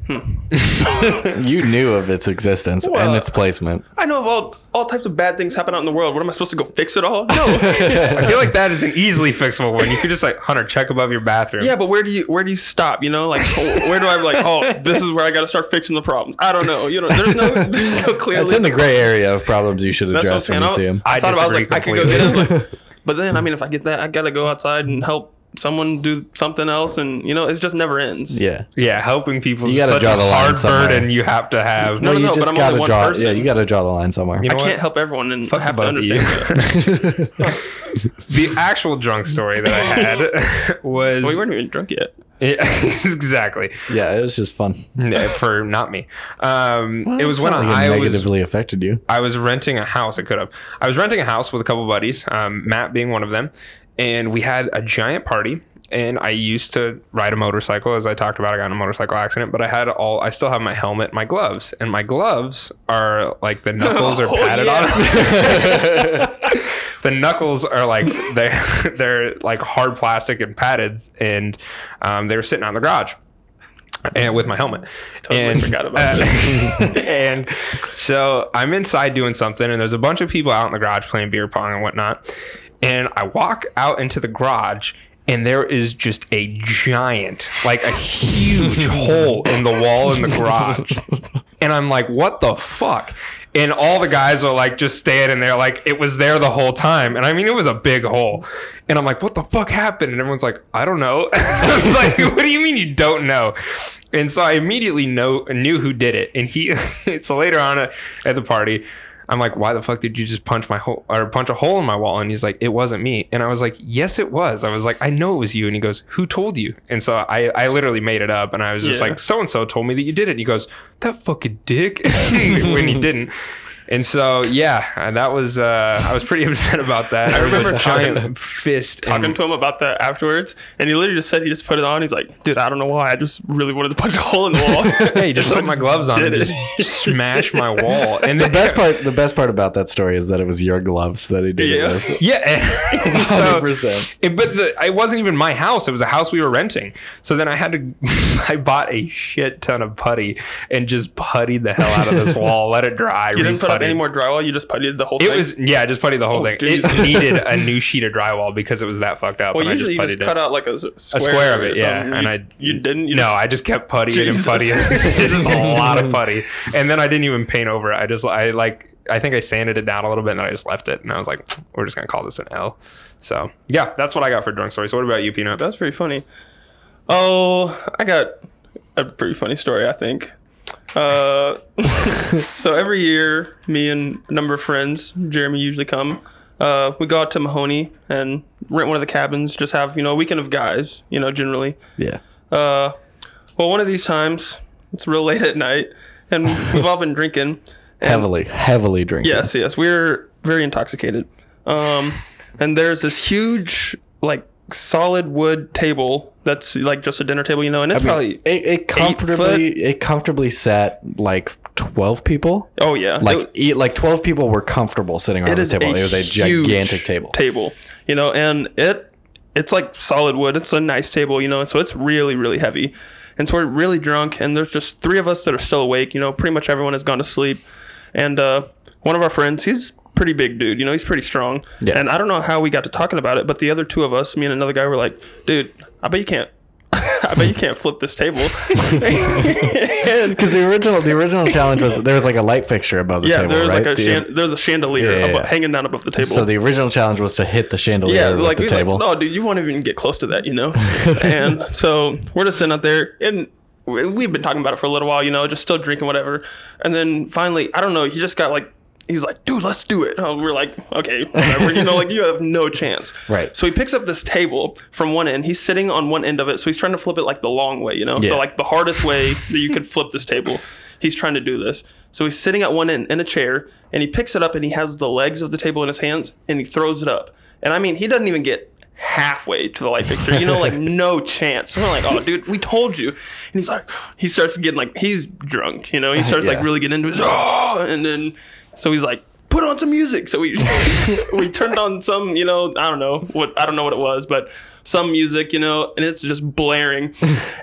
S2: You knew of its existence
S4: Well-
S2: and its placement.
S4: I know of all all types of bad things happen out in the world. What am I supposed to go fix it all? No.
S1: I feel like that is an easily fixable one. You could just like Hunter check above your bathroom.
S4: yeah, but where do you where do you stop? You know, like oh, where do I like? Oh, this is where I got to start fixing the problems. I don't know. You know, there's no there's no clearly.
S2: It's in the gray area of problems you should
S4: That's what I'm
S2: address when
S4: saying.
S2: you
S4: I,
S1: I
S2: see them.
S4: don't- I thought about, I was
S1: disagree
S4: like, I could go get it. like- but then, I mean, if I get that, I gotta go outside and help someone do something else, and you know, it just never ends.
S2: Yeah.
S1: Yeah, helping people
S2: You
S1: is
S2: gotta
S1: such
S2: draw
S1: a
S2: the line
S1: hard
S2: somewhere.
S1: burden you have to have.
S2: No,
S4: No, no,
S2: you
S4: no, but
S2: just
S4: I'm
S2: gotta
S4: only one
S2: draw. Yeah,
S4: person.
S2: you gotta draw the line somewhere.
S1: You
S4: I
S1: know what?
S4: can't help everyone, and
S1: Fuck
S4: I have to
S1: both of you.
S4: understand that.
S1: the actual drunk story that I had was
S4: we weren't even drunk yet.
S1: Yeah, exactly
S2: yeah, it was just fun.
S1: Yeah, for not me. Um, it was
S2: It's
S1: when
S2: not like it
S1: I was
S2: negatively affected you.
S1: I was renting a house. I could have. I was renting a house with a couple buddies, um, Matt being one of them, and we had a giant party. And I used to ride a motorcycle, as I talked about. I got in a motorcycle accident, but I had all. I still have my helmet, my gloves, and my gloves are like the knuckles are
S4: Oh,
S1: padded
S4: yeah.
S1: on. them. the knuckles are like they're they're like hard plastic and padded, and um, they were sitting out in the garage, and with my helmet.
S4: Totally
S1: and, uh,
S4: forgot about
S1: and so I'm inside doing something, and there's a bunch of people out in the garage playing beer pong and whatnot. And I walk out into the garage. And there is just a giant, like a huge hole in the wall in the garage. And I'm like, what the fuck? And all the guys are like just standing there, like it was there the whole time. And I mean, it was a big hole. And I'm like, what the fuck happened? And everyone's like, I don't know. I was like, what do you mean you don't know? And so I immediately know knew who did it. And he, so later on at at the party, I'm like, why the fuck did you just punch my hole or punch a hole in my wall? And he's like, it wasn't me. And I was like, yes, it was. I was like, I know it was you. And he goes, who told you? And so I, I literally made it up. And I was just
S4: Yeah.
S1: like, so and so told me that you did it. And he goes, that fucking dick. when he didn't. And so yeah, uh, that was uh, I was pretty upset about that. I remember
S4: remember
S1: was a
S4: talking-
S1: giant fist.
S4: Talking
S1: and-
S4: to him about that afterwards, and he literally just said he just put it on. He's like, "Dude, I don't know why. I just really wanted to punch a hole in the wall."
S1: Hey, just
S4: So I
S1: put my gloves on and
S4: did
S1: just
S4: it.
S1: smash my wall. And
S2: The best part, the best part about that story is that it was your gloves that he did
S4: Yeah.
S2: it with.
S1: Yeah, and- and so-
S2: 100%.
S1: it- but the, it wasn't even my house. It was a house we were renting. So then I had to, I bought a shit ton of putty and just puttied the hell out of this wall, let it dry.
S4: You didn't put up
S1: re-puttied.
S4: any more drywall. You just putted the whole
S1: It
S4: thing.
S1: was yeah, I just putty the whole thing.
S4: geez.
S1: It needed a new sheet of drywall because it was that fucked up.
S4: well,
S1: and
S4: usually
S1: I
S4: you
S1: just
S4: just
S1: puttied
S4: cut
S1: it.
S4: out like a s- square
S1: a square of
S4: or
S1: it, yeah.
S4: something.
S1: And
S4: You-
S1: I
S4: you didn't. You
S1: no,
S4: just-
S1: I just kept puttying
S4: Jesus.
S1: and puttying. it was a lot of putty, and then I didn't even paint over it. I just I like I think I sanded it down a little bit, and then I just left it. And I was like, we're just gonna call this an L. So yeah, that's what I got for drunk stories. So what about you, Peanut?
S4: That's pretty funny. Oh, I got a pretty funny story, I think. Uh, so every year, me and a number of friends, Jeremy usually come. Uh, we go out to Mahoney and rent one of the cabins. Just have you know a weekend of guys, you know, generally.
S2: Yeah.
S4: Uh, well, one of these times, it's real late at night, and we've all been drinking.
S2: Heavily, heavily drinking.
S4: Yes, yes, we were very intoxicated. Um, and there's this huge, like, solid wood table that's like just a dinner table, you know, and it's probably
S2: It, it comfortably, it comfortably sat like twelve people.
S4: oh yeah,
S2: Like
S4: It-
S2: eat like twelve people were comfortable sitting around
S4: it
S2: the
S4: is
S2: table. It was a
S4: huge
S2: gigantic table.
S4: table, you know, and it it's like solid wood. It's a nice table, you know, and so it's really really heavy, and so we're really drunk, and there's just three of us that are still awake. You know, pretty much everyone has gone to sleep, and uh, one of our friends, he's pretty big dude, you know, he's pretty strong,
S2: Yeah.
S4: and I don't know how we got to talking about it, but the other two of us, me and another guy, were like, dude, I bet you can't. I bet you can't flip this table. And-
S2: Because the original, the original challenge was there was like a light fixture above the
S4: yeah,
S2: table.
S4: there's
S2: right?
S4: like a
S2: The-
S4: shan- there's a chandelier
S2: Yeah, yeah,
S4: abo-
S2: yeah.
S4: hanging down above the table.
S2: so the original challenge was to hit the chandelier
S4: yeah,
S2: with
S4: like
S2: the
S4: we
S2: table.
S4: like, no, dude, you won't even get close to that, you know. and so we're just sitting out there, and we- we've been talking about it for a little while, you know, just still drinking whatever. And then finally, I don't know, he just got like, he's like, dude, let's do it. And we're like, okay, whatever, you know, like you have no chance,
S2: Right.
S4: So he picks up this table from one end. He's sitting on one end of it, so he's trying to flip it like the long way, you know.
S2: Yeah.
S4: So like the hardest way that you could flip this table. He's trying to do this. So he's sitting at one end in a chair and he picks it up and he has the legs of the table in his hands and he throws it up. And I mean, he doesn't even get halfway to the light fixture, you know, like no chance. We're like, oh, dude, we told you. And he's like, he starts getting like, he's drunk, you know, he starts
S2: yeah.
S4: like really getting into his, oh, and then, so he's like, put on some music. So we we turned on some, you know, I don't know what I don't know what it was, but some music, you know, and it's just blaring.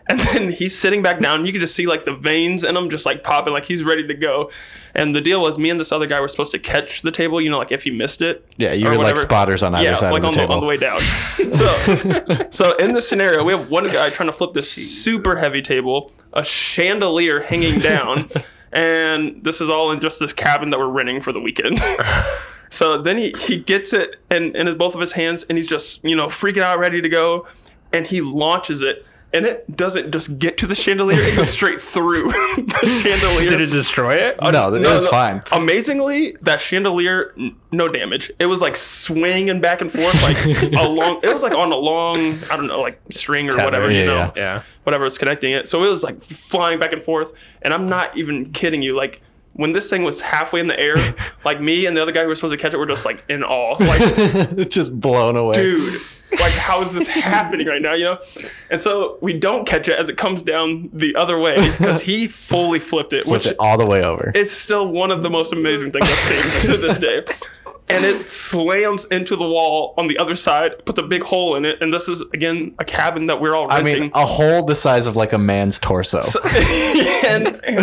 S4: and then he's sitting back down. You can just see like the veins in him just like popping, like he's ready to go. And the deal was, me and this other guy were supposed to catch the table, you know, like if he missed it.
S2: Yeah, you
S4: or
S2: were like
S4: whatever.
S2: spotters on either
S4: yeah,
S2: side
S4: like
S2: of the table.
S4: on, The, on the way down. So, so in this scenario, we have one guy trying to flip this super heavy table, a chandelier hanging down, and this is all in just this cabin that we're renting for the weekend. so then he he gets it and in his both of his hands, and he's just you know freaking out, ready to go, and he launches it. And it doesn't just get to the chandelier; it goes straight through the chandelier.
S1: Did it destroy it?
S2: no, it was fine.
S4: Amazingly, that chandelier, n- no damage. It was like swinging back and forth, like a long. It was like on a long, I don't know, like string or whatever,
S2: yeah,
S4: you know,
S2: yeah.
S1: Yeah.
S4: whatever was connecting it. So it was like flying back and forth. And I'm not even kidding you. Like when this thing was halfway in the air, like me and the other guy who was supposed to catch it were just like in awe, like
S2: just blown away.
S4: dude. Like, how is this happening right now? You know, and so we don't catch it as it comes down the other way because he fully flipped it,
S2: Flipped
S4: which
S2: it all the way over.
S4: it's still one of the most amazing things I've seen to this day. And it slams into the wall on the other side, puts a big hole in it, and this is again a cabin that we're all
S2: I
S4: renting.
S2: mean, uh, a hole the size of like a man's torso.
S4: and, and we're,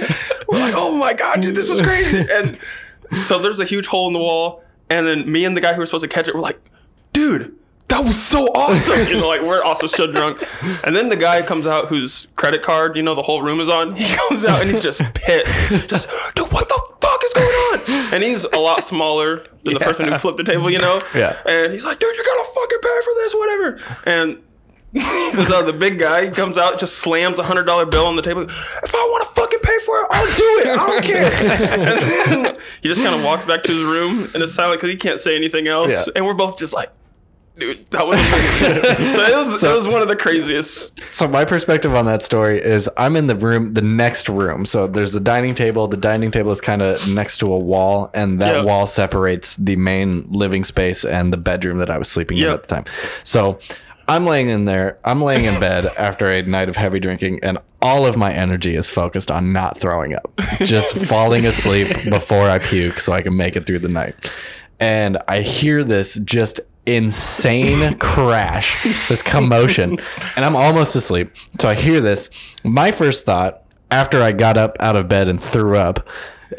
S4: like, we're like, oh my god, dude, this was crazy. And so there's a huge hole in the wall, and then me and the guy who was supposed to catch it were like, dude, that was so awesome. You know, like we're also so drunk. And then the guy comes out whose credit card, you know, the whole room is on. He comes out and he's just pissed. Just, dude, what the fuck is going on? And he's a lot smaller than the person who flipped the table, you know?
S2: Yeah.
S4: And he's like, dude, you gotta fucking pay for this, whatever. And so the big guy comes out, just slams a hundred dollar bill on the table. If I want to fucking pay for it, I'll do it. I don't care. and then he just kind of walks back to his room and is silent because he can't say anything else.
S2: Yeah.
S4: And we're both just like, dude, that was amazing. so it was it was one of the craziest.
S2: so my perspective on that story is I'm in the room, the next room. So there's the dining table. The dining table is kind of next to a wall, and that
S4: Yeah.
S2: wall separates the main living space and the bedroom that I was sleeping in
S4: Yeah.
S2: at the time. So I'm laying in there. I'm laying in bed after a night of heavy drinking, and all of my energy is focused on not throwing up, just falling asleep before I puke so I can make it through the night. And I hear this just insane crash, this commotion, and I'm almost asleep. So I hear this. My first thought after I got up out of bed and threw up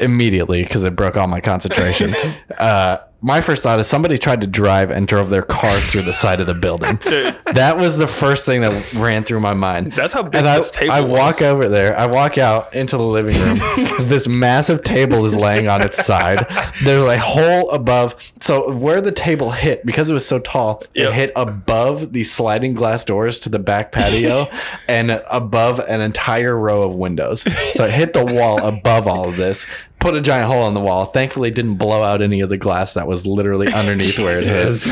S2: immediately because it broke all my concentration. uh, my first thought is somebody tried to drive and drove their car through the side of the building.
S4: Dude.
S2: That was the first thing that ran through my mind.
S4: That's how big
S2: And I,
S4: this table
S2: I walk
S4: was.
S2: over there. I walk out into the living room. this massive table is laying on its side. There's a hole above. So where the table hit, because it was so tall,
S4: Yep.
S2: it hit above the sliding glass doors to the back patio and above an entire row of windows. So it hit the wall above all of this. Put a giant hole in the wall. Thankfully, it didn't blow out any of the glass that was literally underneath where it hit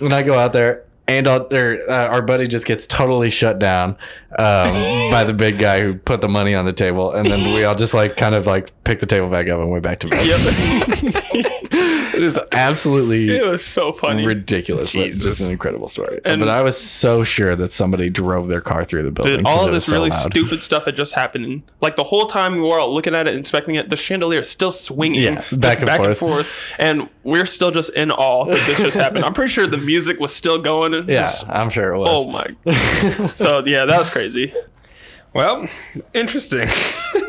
S2: when I go out there, and I'll, or, uh, our buddy just gets totally shut down um, by the big guy who put the money on the table, and then we all just like kind of like pick the table back up and went back to bed.
S4: Yep.
S2: It is absolutely
S4: it was so funny.
S2: ridiculous, but it's just
S1: Jesus.
S2: an incredible story.
S4: And-
S2: but I was so sure that somebody drove their car through the building.
S4: Dude,
S2: 'cause
S4: all
S2: it
S4: of
S2: was
S4: this
S2: so
S4: really
S2: loud.
S4: stupid stuff had just happened. And, Like the whole time we were all looking at it, inspecting it, the chandelier is still swinging
S2: Yeah,
S4: just
S2: back and forth.
S4: and we're still just in awe that this just happened. I'm pretty sure the music was still going. and
S2: Yeah,
S4: just-
S2: I'm sure it was.
S4: oh my. so yeah, that was crazy.
S1: Well, interesting.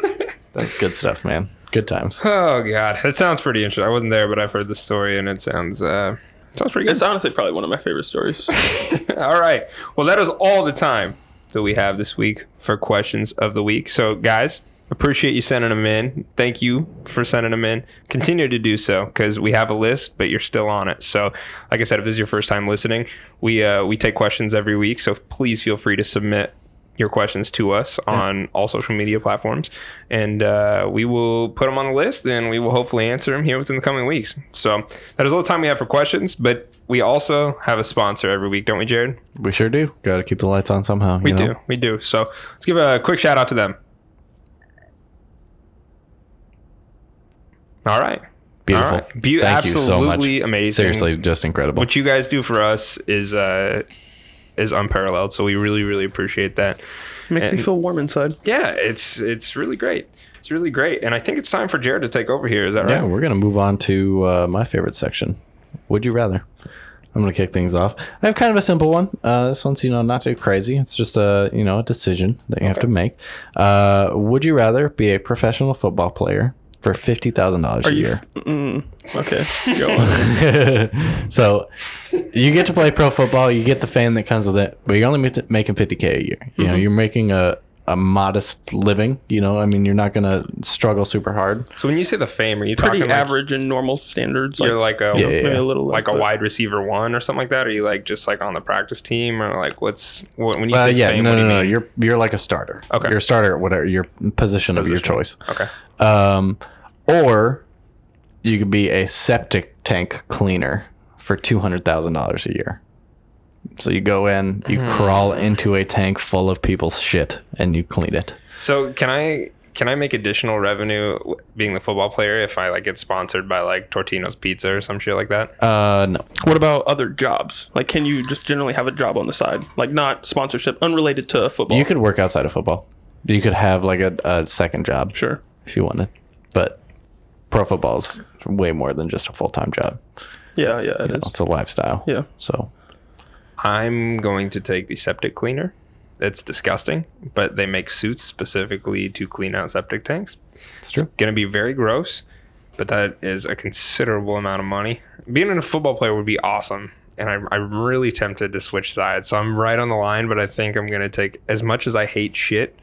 S2: That's good stuff, man. Good times.
S1: Oh god, that sounds pretty interesting. I wasn't there, but I've heard the story, and it sounds uh, sounds pretty
S4: It's
S1: good.
S4: honestly probably one of my favorite stories.
S1: all right, well, that is all the time that we have this week for questions of the week. So, guys, appreciate you sending them in. Thank you for sending them in. Continue to do so because we have a list, but you're still on it. So, like I said, if this is your first time listening, we uh, we take questions every week. So please feel free to submit your questions to us on all social media platforms, and uh, we will put them on the list, and we will hopefully answer them here within the coming weeks. So that is all the time we have for questions, but we also have a sponsor every week, don't we, Jared?
S2: We sure do. Got to keep the lights on somehow.
S1: We do, we do. So let's give a quick shout out to them. All right,
S2: Beautiful.
S1: All right. Be-
S2: Thank you so much.
S1: absolutely amazing.
S2: Seriously, just incredible.
S1: what you guys do for us is uh, is unparalleled. So we really, really appreciate that.
S4: Makes
S1: And-
S4: me feel warm inside.
S1: Yeah, it's it's really great. It's really great. And I think it's time for Jared to take over here. Is that right?
S2: Yeah, we're going to move on to uh, my favorite section. Would you rather? I'm going to kick things off. I have kind of a simple one. Uh, this one's, you know, not too crazy. It's just a, you know, a decision that you have to make. Uh, would you rather be a professional football player for $50,000
S4: Are
S2: a
S4: you?
S2: year?
S4: f- Mm, okay. Go on.
S2: so you get to play pro football, you get the fame that comes with it, but you're only mat- making 50k a year.
S4: Mm-hmm.
S2: You know, you're making a a modest living. You know, I mean, you're not gonna struggle super hard.
S1: So when you say the fame, are you
S4: Pretty
S1: talking like
S4: average and normal standards. Like,
S1: you're like a
S2: Yeah, yeah,
S4: maybe a little less,
S1: like a
S4: but-
S1: wide receiver one or something like that? Are you like just like on the practice team or like what's what, when you
S2: Well,
S1: say
S2: Uh, yeah,
S1: fame?
S2: no,
S1: what
S2: no,
S1: do you
S2: no,
S1: mean?
S2: You're you're like a starter.
S1: Okay.
S2: you're a starter at whatever your position of your choice.
S1: okay.
S2: Um, or you could be a septic tank cleaner for two hundred thousand dollars a year. So you go in, you
S1: Hmm.
S2: crawl into a tank full of people's shit, and you clean it.
S1: So can I can I make additional revenue w- being the football player if I like get sponsored by like Tortino's Pizza or some shit like that?
S2: Uh, no.
S4: What about other jobs? Like, can you just generally have a job on the side, like not sponsorship, unrelated to football?
S2: You could work outside of football. You could have like a, a second job
S4: sure.
S2: if you wanted, but pro football's way more than just a full time job.
S4: Yeah, yeah, it
S2: You
S4: is.
S2: know, it's a lifestyle.
S4: Yeah.
S2: So
S1: I'm going to take the septic cleaner. It's disgusting, but they make suits specifically to clean out septic tanks.
S2: it's true.
S1: Going to be very gross, but that is a considerable amount of money. Being a football player would be awesome, and I'm, I'm really tempted to switch sides. So I'm right on the line, but I think I'm going to take as much as I hate shit.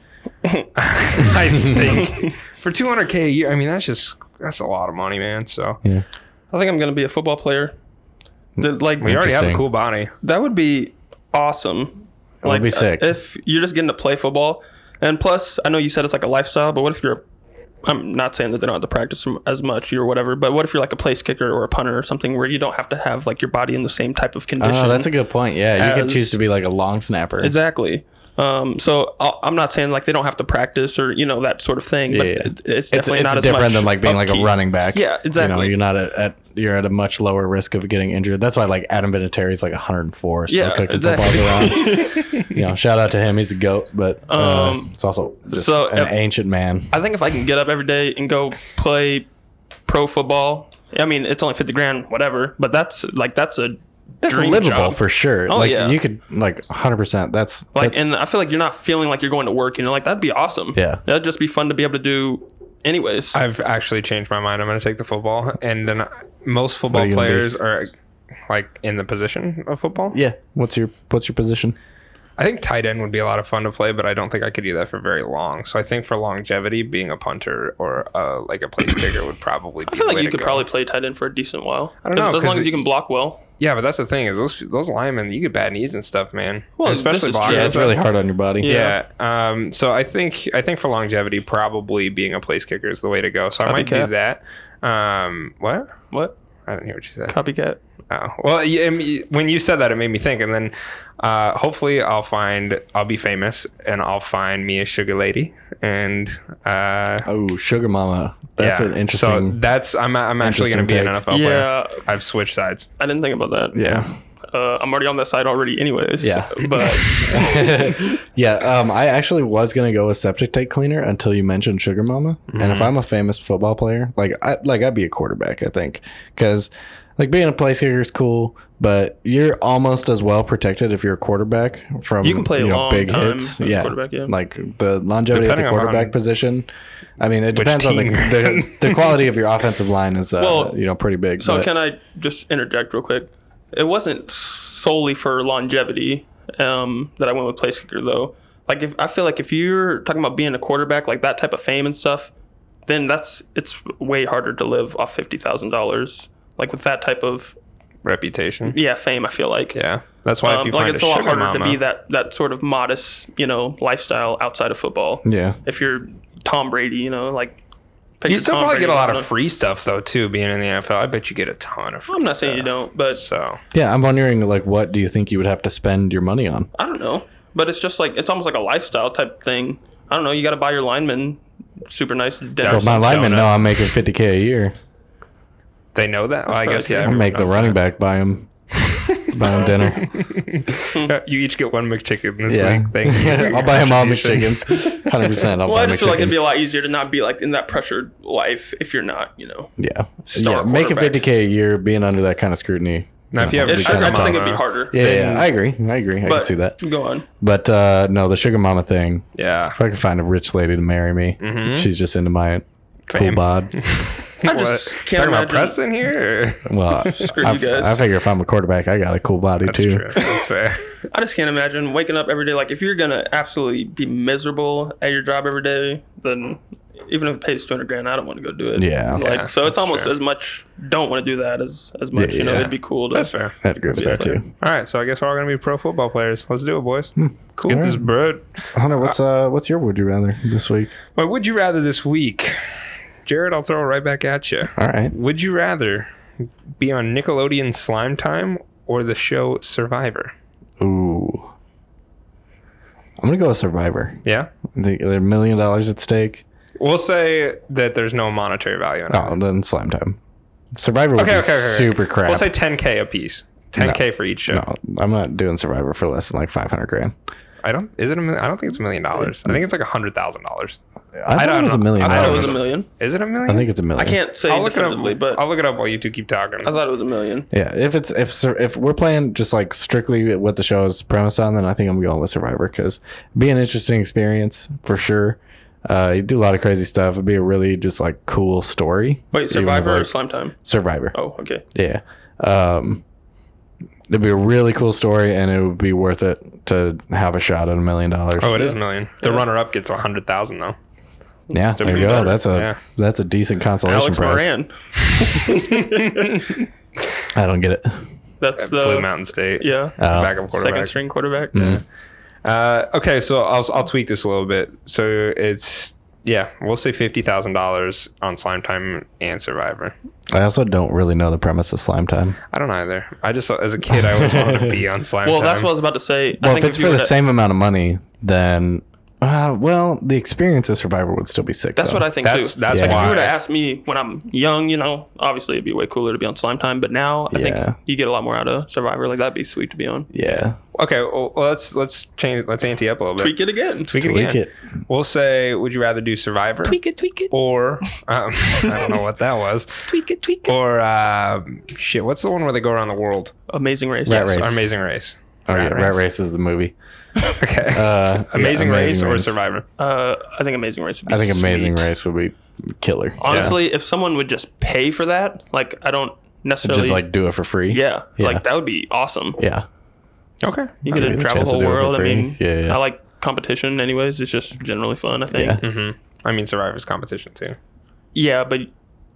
S1: I think for 200k a year, I mean that's just that's a lot of money, man. So
S2: Yeah.
S4: I think I'm gonna be a football player.
S2: Mm.
S4: The- like
S1: we already have a
S2: Interesting.
S1: cool body.
S4: that would be awesome.
S2: That would be sick.
S4: uh, If you're just getting to play football, and plus, I know you said it's like a lifestyle, but what if you're? I'm not saying that they don't have to practice m- as much or whatever, but what if you're like a place kicker or a punter or something where you don't have to have like your body in the same type of condition?
S2: Oh, that's a good point. Yeah, you could
S4: As-
S2: choose to be like a long snapper.
S4: Exactly. Um, so I'll, I'm not saying like they don't have to practice or you know that sort of thing, but
S2: Yeah.
S4: it- it's
S2: It's,
S4: definitely
S2: it's
S4: not as
S2: different
S4: much
S2: than like being like a
S4: upkeep.
S2: running back.
S4: Yeah, exactly.
S2: You know, you're not at, at you're at a much lower risk of getting injured. That's why like Adam Vinatieri is like 104, still
S4: Yeah,
S2: kicking
S4: exactly.
S2: footballs around. you know, shout out to him. He's a goat, but uh,
S4: Um,
S2: it's also just
S4: so,
S2: an
S4: uh,
S2: ancient man.
S4: I think if I can get up every day and go play pro football, I mean it's only fifty grand, whatever. But that's like that's a
S2: That's
S4: dream
S2: livable
S4: job.
S2: for sure.
S4: Oh,
S2: like
S4: yeah.
S2: you could like 100. percent That's
S4: Like,
S2: that's,
S4: and I feel like you're not feeling like you're going to work. You know, like that'd be awesome.
S2: Yeah.
S4: that'd just be fun to be able to do. Anyways,
S1: I've actually changed my mind. I'm going to take the football, and then most football
S2: are you gonna be?
S1: players are like in the position of football.
S2: yeah. What's your what's your position?
S1: I think tight end would be a lot of fun to play, but I don't think I could do that for very long. So I think for longevity, being a punter or uh, like a place kicker would probably. Be
S4: I feel
S1: the way
S4: like you
S1: to
S4: could
S1: go.
S4: probably play tight end for a decent while.
S1: I don't know,
S4: as, as
S1: 'cause
S4: long as you
S1: it-
S4: can block well.
S1: Yeah, but that's the thing is those those linemen, you get bad knees and stuff, man.
S4: Well,
S1: And especially
S4: this is
S1: blockers.
S4: true.
S2: Yeah, it's really hard on your body.
S1: Yeah. Um, so I think I think for longevity, probably being a place kicker is the way to go. So I might do that. Um, what?
S4: What
S1: I didn't hear what you said.
S4: copycat?
S1: Oh well, yeah, I mean, when you said that, it made me think, and then uh, hopefully I'll find I'll be famous, and I'll find me a sugar lady, and uh,
S2: Oh, sugar mama. That's
S1: yeah.
S2: an interesting.
S1: So that's I'm I'm actually going to be an
S2: interesting
S1: NFL player.
S4: Yeah,
S1: I've switched sides.
S4: I didn't think about that.
S2: yeah.
S4: uh, I'm already on that side already, anyways.
S2: Yeah.
S4: but
S2: Yeah, um, I actually was gonna go with septic tank cleaner until you mentioned Sugar Mama. And if
S4: Mm-hmm.
S2: I'm a famous football player, like I like I'd be a quarterback, I think, because like being a place kicker is cool, but you're almost as well protected if you're a quarterback from
S4: You can play a long time as a
S2: Yeah.
S4: quarterback, yeah.
S2: like the longevity
S1: Depending
S2: of the quarterback
S1: upon
S2: position. I mean, it depends on the,
S1: team you're in.
S2: the, the quality of your offensive line is uh,
S4: Well,
S2: you know pretty big.
S4: So
S2: but-
S4: can I just interject real quick? It wasn't solely for longevity um, that I went with place kicker though. Like if I feel like if you're talking about being a quarterback, like that type of fame and stuff, then that's it's way harder to live off fifty thousand dollars. Like with that type of
S1: Reputation.
S4: yeah fame, I feel like
S1: Yeah, that's why if
S4: um,
S1: you
S4: like
S1: find
S4: it's
S1: a,
S4: a lot
S1: sugar
S4: harder
S1: mama,
S4: to be that that sort of modest you know lifestyle outside of football.
S2: yeah,
S4: If you're Tom Brady, you know like
S1: You still probably get a lot of
S4: free.
S1: free stuff though too. Being in the NFL, I bet you get a ton of. free
S4: I'm not saying you
S1: stuff.
S4: don't, but
S1: So
S2: yeah. I'm wondering like what do you think you would have to spend your money on?
S4: I don't know. But it's just like it's almost like a lifestyle type thing. I don't know. You got to buy your lineman super nice dinner.
S2: Well, my
S1: some
S2: linemen know
S1: donuts.
S2: I'm making 50k a year.
S1: they know that. Well, I
S4: probably
S1: guess yeah.
S4: true.
S2: I'll
S1: everyone
S2: make the
S1: knows
S2: running
S1: that.
S2: back buy him. Buy him dinner.
S1: you each get one McChicken this
S2: yeah.
S1: week. Thank you. for
S2: I'll
S1: your
S2: buy him all
S1: contribution.
S2: McChickens. 100%. I'll
S4: Well,
S2: buy
S4: I just feel like it'd
S2: McChickens.
S4: be a lot easier to not be like in that pressured life if you're not, you know.
S2: Yeah.
S4: Star
S2: yeah. Make it
S4: quarterback.
S2: 50K a year, being under that kind of scrutiny.
S1: Now, if you have
S2: Yeah,
S1: a
S4: It, I, I just think it'd be
S1: Mama.
S4: harder.
S2: yeah,
S4: than-
S2: yeah, I agree. I agree. I can
S4: but
S2: see that.
S4: Go on.
S2: But uh, no, the sugar mama thing.
S1: Yeah.
S2: If I could find a rich lady to marry me, she's just into my
S1: Mm-hmm.
S2: cool
S1: Fame.
S2: bod.
S4: I just
S1: What?
S4: can't
S1: Talking about
S4: imagine.
S1: Preston here. or-
S2: Well,
S4: Screw
S2: I,
S4: you guys.
S2: I figure if I'm a quarterback, I got a cool body
S1: That's
S2: too.
S1: true. That's fair.
S4: I just can't imagine waking up every day. Like, if you're gonna absolutely be miserable at your job every day, then even if it pays two hundred grand, I don't want to go do it.
S2: Yeah.
S4: Like,
S1: Yeah,
S4: so it's
S1: that's
S4: almost
S1: fair.
S4: as much. Don't want to do that as as much.
S2: Yeah,
S4: you know,
S2: yeah.
S4: it'd be cool. To,
S1: That's fair.
S2: That goes there too.
S1: All right, so I guess we're all gonna be pro football players. Let's do it, boys.
S2: Hmm,
S1: Let's get this bread.
S2: Hunter, what's uh, what's your would you rather this week?
S1: But would you rather this week, Jared? I'll throw it right back at you.
S2: All right.
S1: Would you rather be on Nickelodeon Slime Time or the show Survivor?
S2: Ooh. I'm gonna go with Survivor.
S1: Yeah,
S2: The, there are million dollars at stake.
S1: we'll say that there's no monetary value in it.
S2: Oh, then Slime Time. Survivor would
S1: Okay,
S2: be
S1: okay, okay, okay.
S2: super crap.
S1: We'll say 10k a piece. 10k for each show.
S2: no, I'm not doing Survivor for less than like 500 grand.
S1: I don't. Is it? A, mil- I don't think it's a million dollars. I think it's like a hundred thousand dollars.
S2: I thought
S1: don't
S2: it was a
S1: know.
S2: million
S1: I
S2: dollars.
S4: I thought
S2: I,
S4: it was a million.
S1: Is it a million?
S2: think it's a
S4: I
S2: million.
S4: can't say
S1: I'll look it
S4: definitively,
S1: up.
S4: but
S1: I'll look it up while you two keep talking.
S4: I thought it was a million.
S2: Yeah, if it's if sur- if we're playing just like strictly what the show is premised on, then I think I'm going with Survivor because it'd be an interesting experience for sure. Uh, you do a lot of crazy stuff. It'd be a really just like cool story. Even
S4: Wait,
S2: if,
S4: Survivor or
S2: like,
S4: Slime Time?
S2: Survivor.
S4: Oh, okay.
S2: Yeah. Um, it'd be a really cool story, and it would be worth it to have a shot at a million dollars.
S1: Oh, it is a million. The runner-up gets a hundred thousand though.
S2: Yeah,
S1: Still
S2: there you
S1: pretty
S2: go.
S1: better.
S2: That's a
S1: Yeah.
S2: that's a decent consolation
S4: Alex
S2: prize.
S4: Moran.
S2: I don't get it.
S4: That's the
S1: Blue Mountain State.
S4: Yeah.
S2: Oh.
S1: Backup
S4: Second
S1: quarterback.
S4: string quarterback.
S2: Mm-hmm.
S1: Uh, okay, so I'll I'll tweak this a little bit. So it's yeah, we'll say fifty thousand dollars on Slime Time and Survivor.
S2: I also don't really know the premise of Slime Time.
S1: I don't either. I just as a kid I always wanted to be on Slime
S4: Well,
S1: Time.
S4: that's what I was about to say. I
S2: Well, if
S4: think
S2: it's
S4: you
S2: for
S4: were
S2: the
S4: to-
S2: same amount of money, then uh, well, the experience of Survivor would still be sick.
S4: That's
S2: though.
S4: what I think
S1: That's
S4: too.
S1: that's
S2: Yeah.
S4: If you were to
S1: why.
S4: ask me when I'm young, you know, obviously it'd be way cooler to be on Slime Time, but now I
S2: Yeah.
S4: think you get a lot more out of Survivor. Like that'd be sweet to be on.
S2: Yeah,
S1: Okay, well, let's let's change let's ante up a little bit.
S4: Tweak it again.
S1: Tweak,
S2: tweak
S1: again.
S2: it.
S1: We'll say, would you rather do Survivor
S4: Tweak it, tweak it,
S1: or um, I don't know what that was,
S4: tweak it, tweak it.
S1: or um shit? What's the one where they go around the world?
S4: Amazing race.
S2: Rat Race.
S1: Or Amazing Race.
S2: Oh yeah,
S1: Rat
S2: Rat
S1: Race.
S2: Race is the movie.
S1: Okay.
S2: Uh, yeah,
S1: Amazing, Race, or
S2: Race.
S1: Survivor?
S4: Uh, I think Amazing Race would be
S2: I think Amazing
S4: sweet.
S2: Race would be killer.
S4: Honestly, if someone would just pay for that, like I don't necessarily
S2: Just like do it for free.
S4: yeah,
S2: Yeah.
S4: like that would be awesome.
S2: yeah.
S1: Okay.
S4: You get
S2: Give
S4: to
S2: you the
S4: travel
S2: chance
S4: the
S2: to
S4: whole
S2: do it for
S4: world. I
S2: free.
S4: mean,
S2: Yeah, yeah.
S4: I like competition anyways. It's just generally fun, I think.
S2: Yeah.
S1: Mm-hmm. I mean, Survivor's competition too,
S4: Yeah, but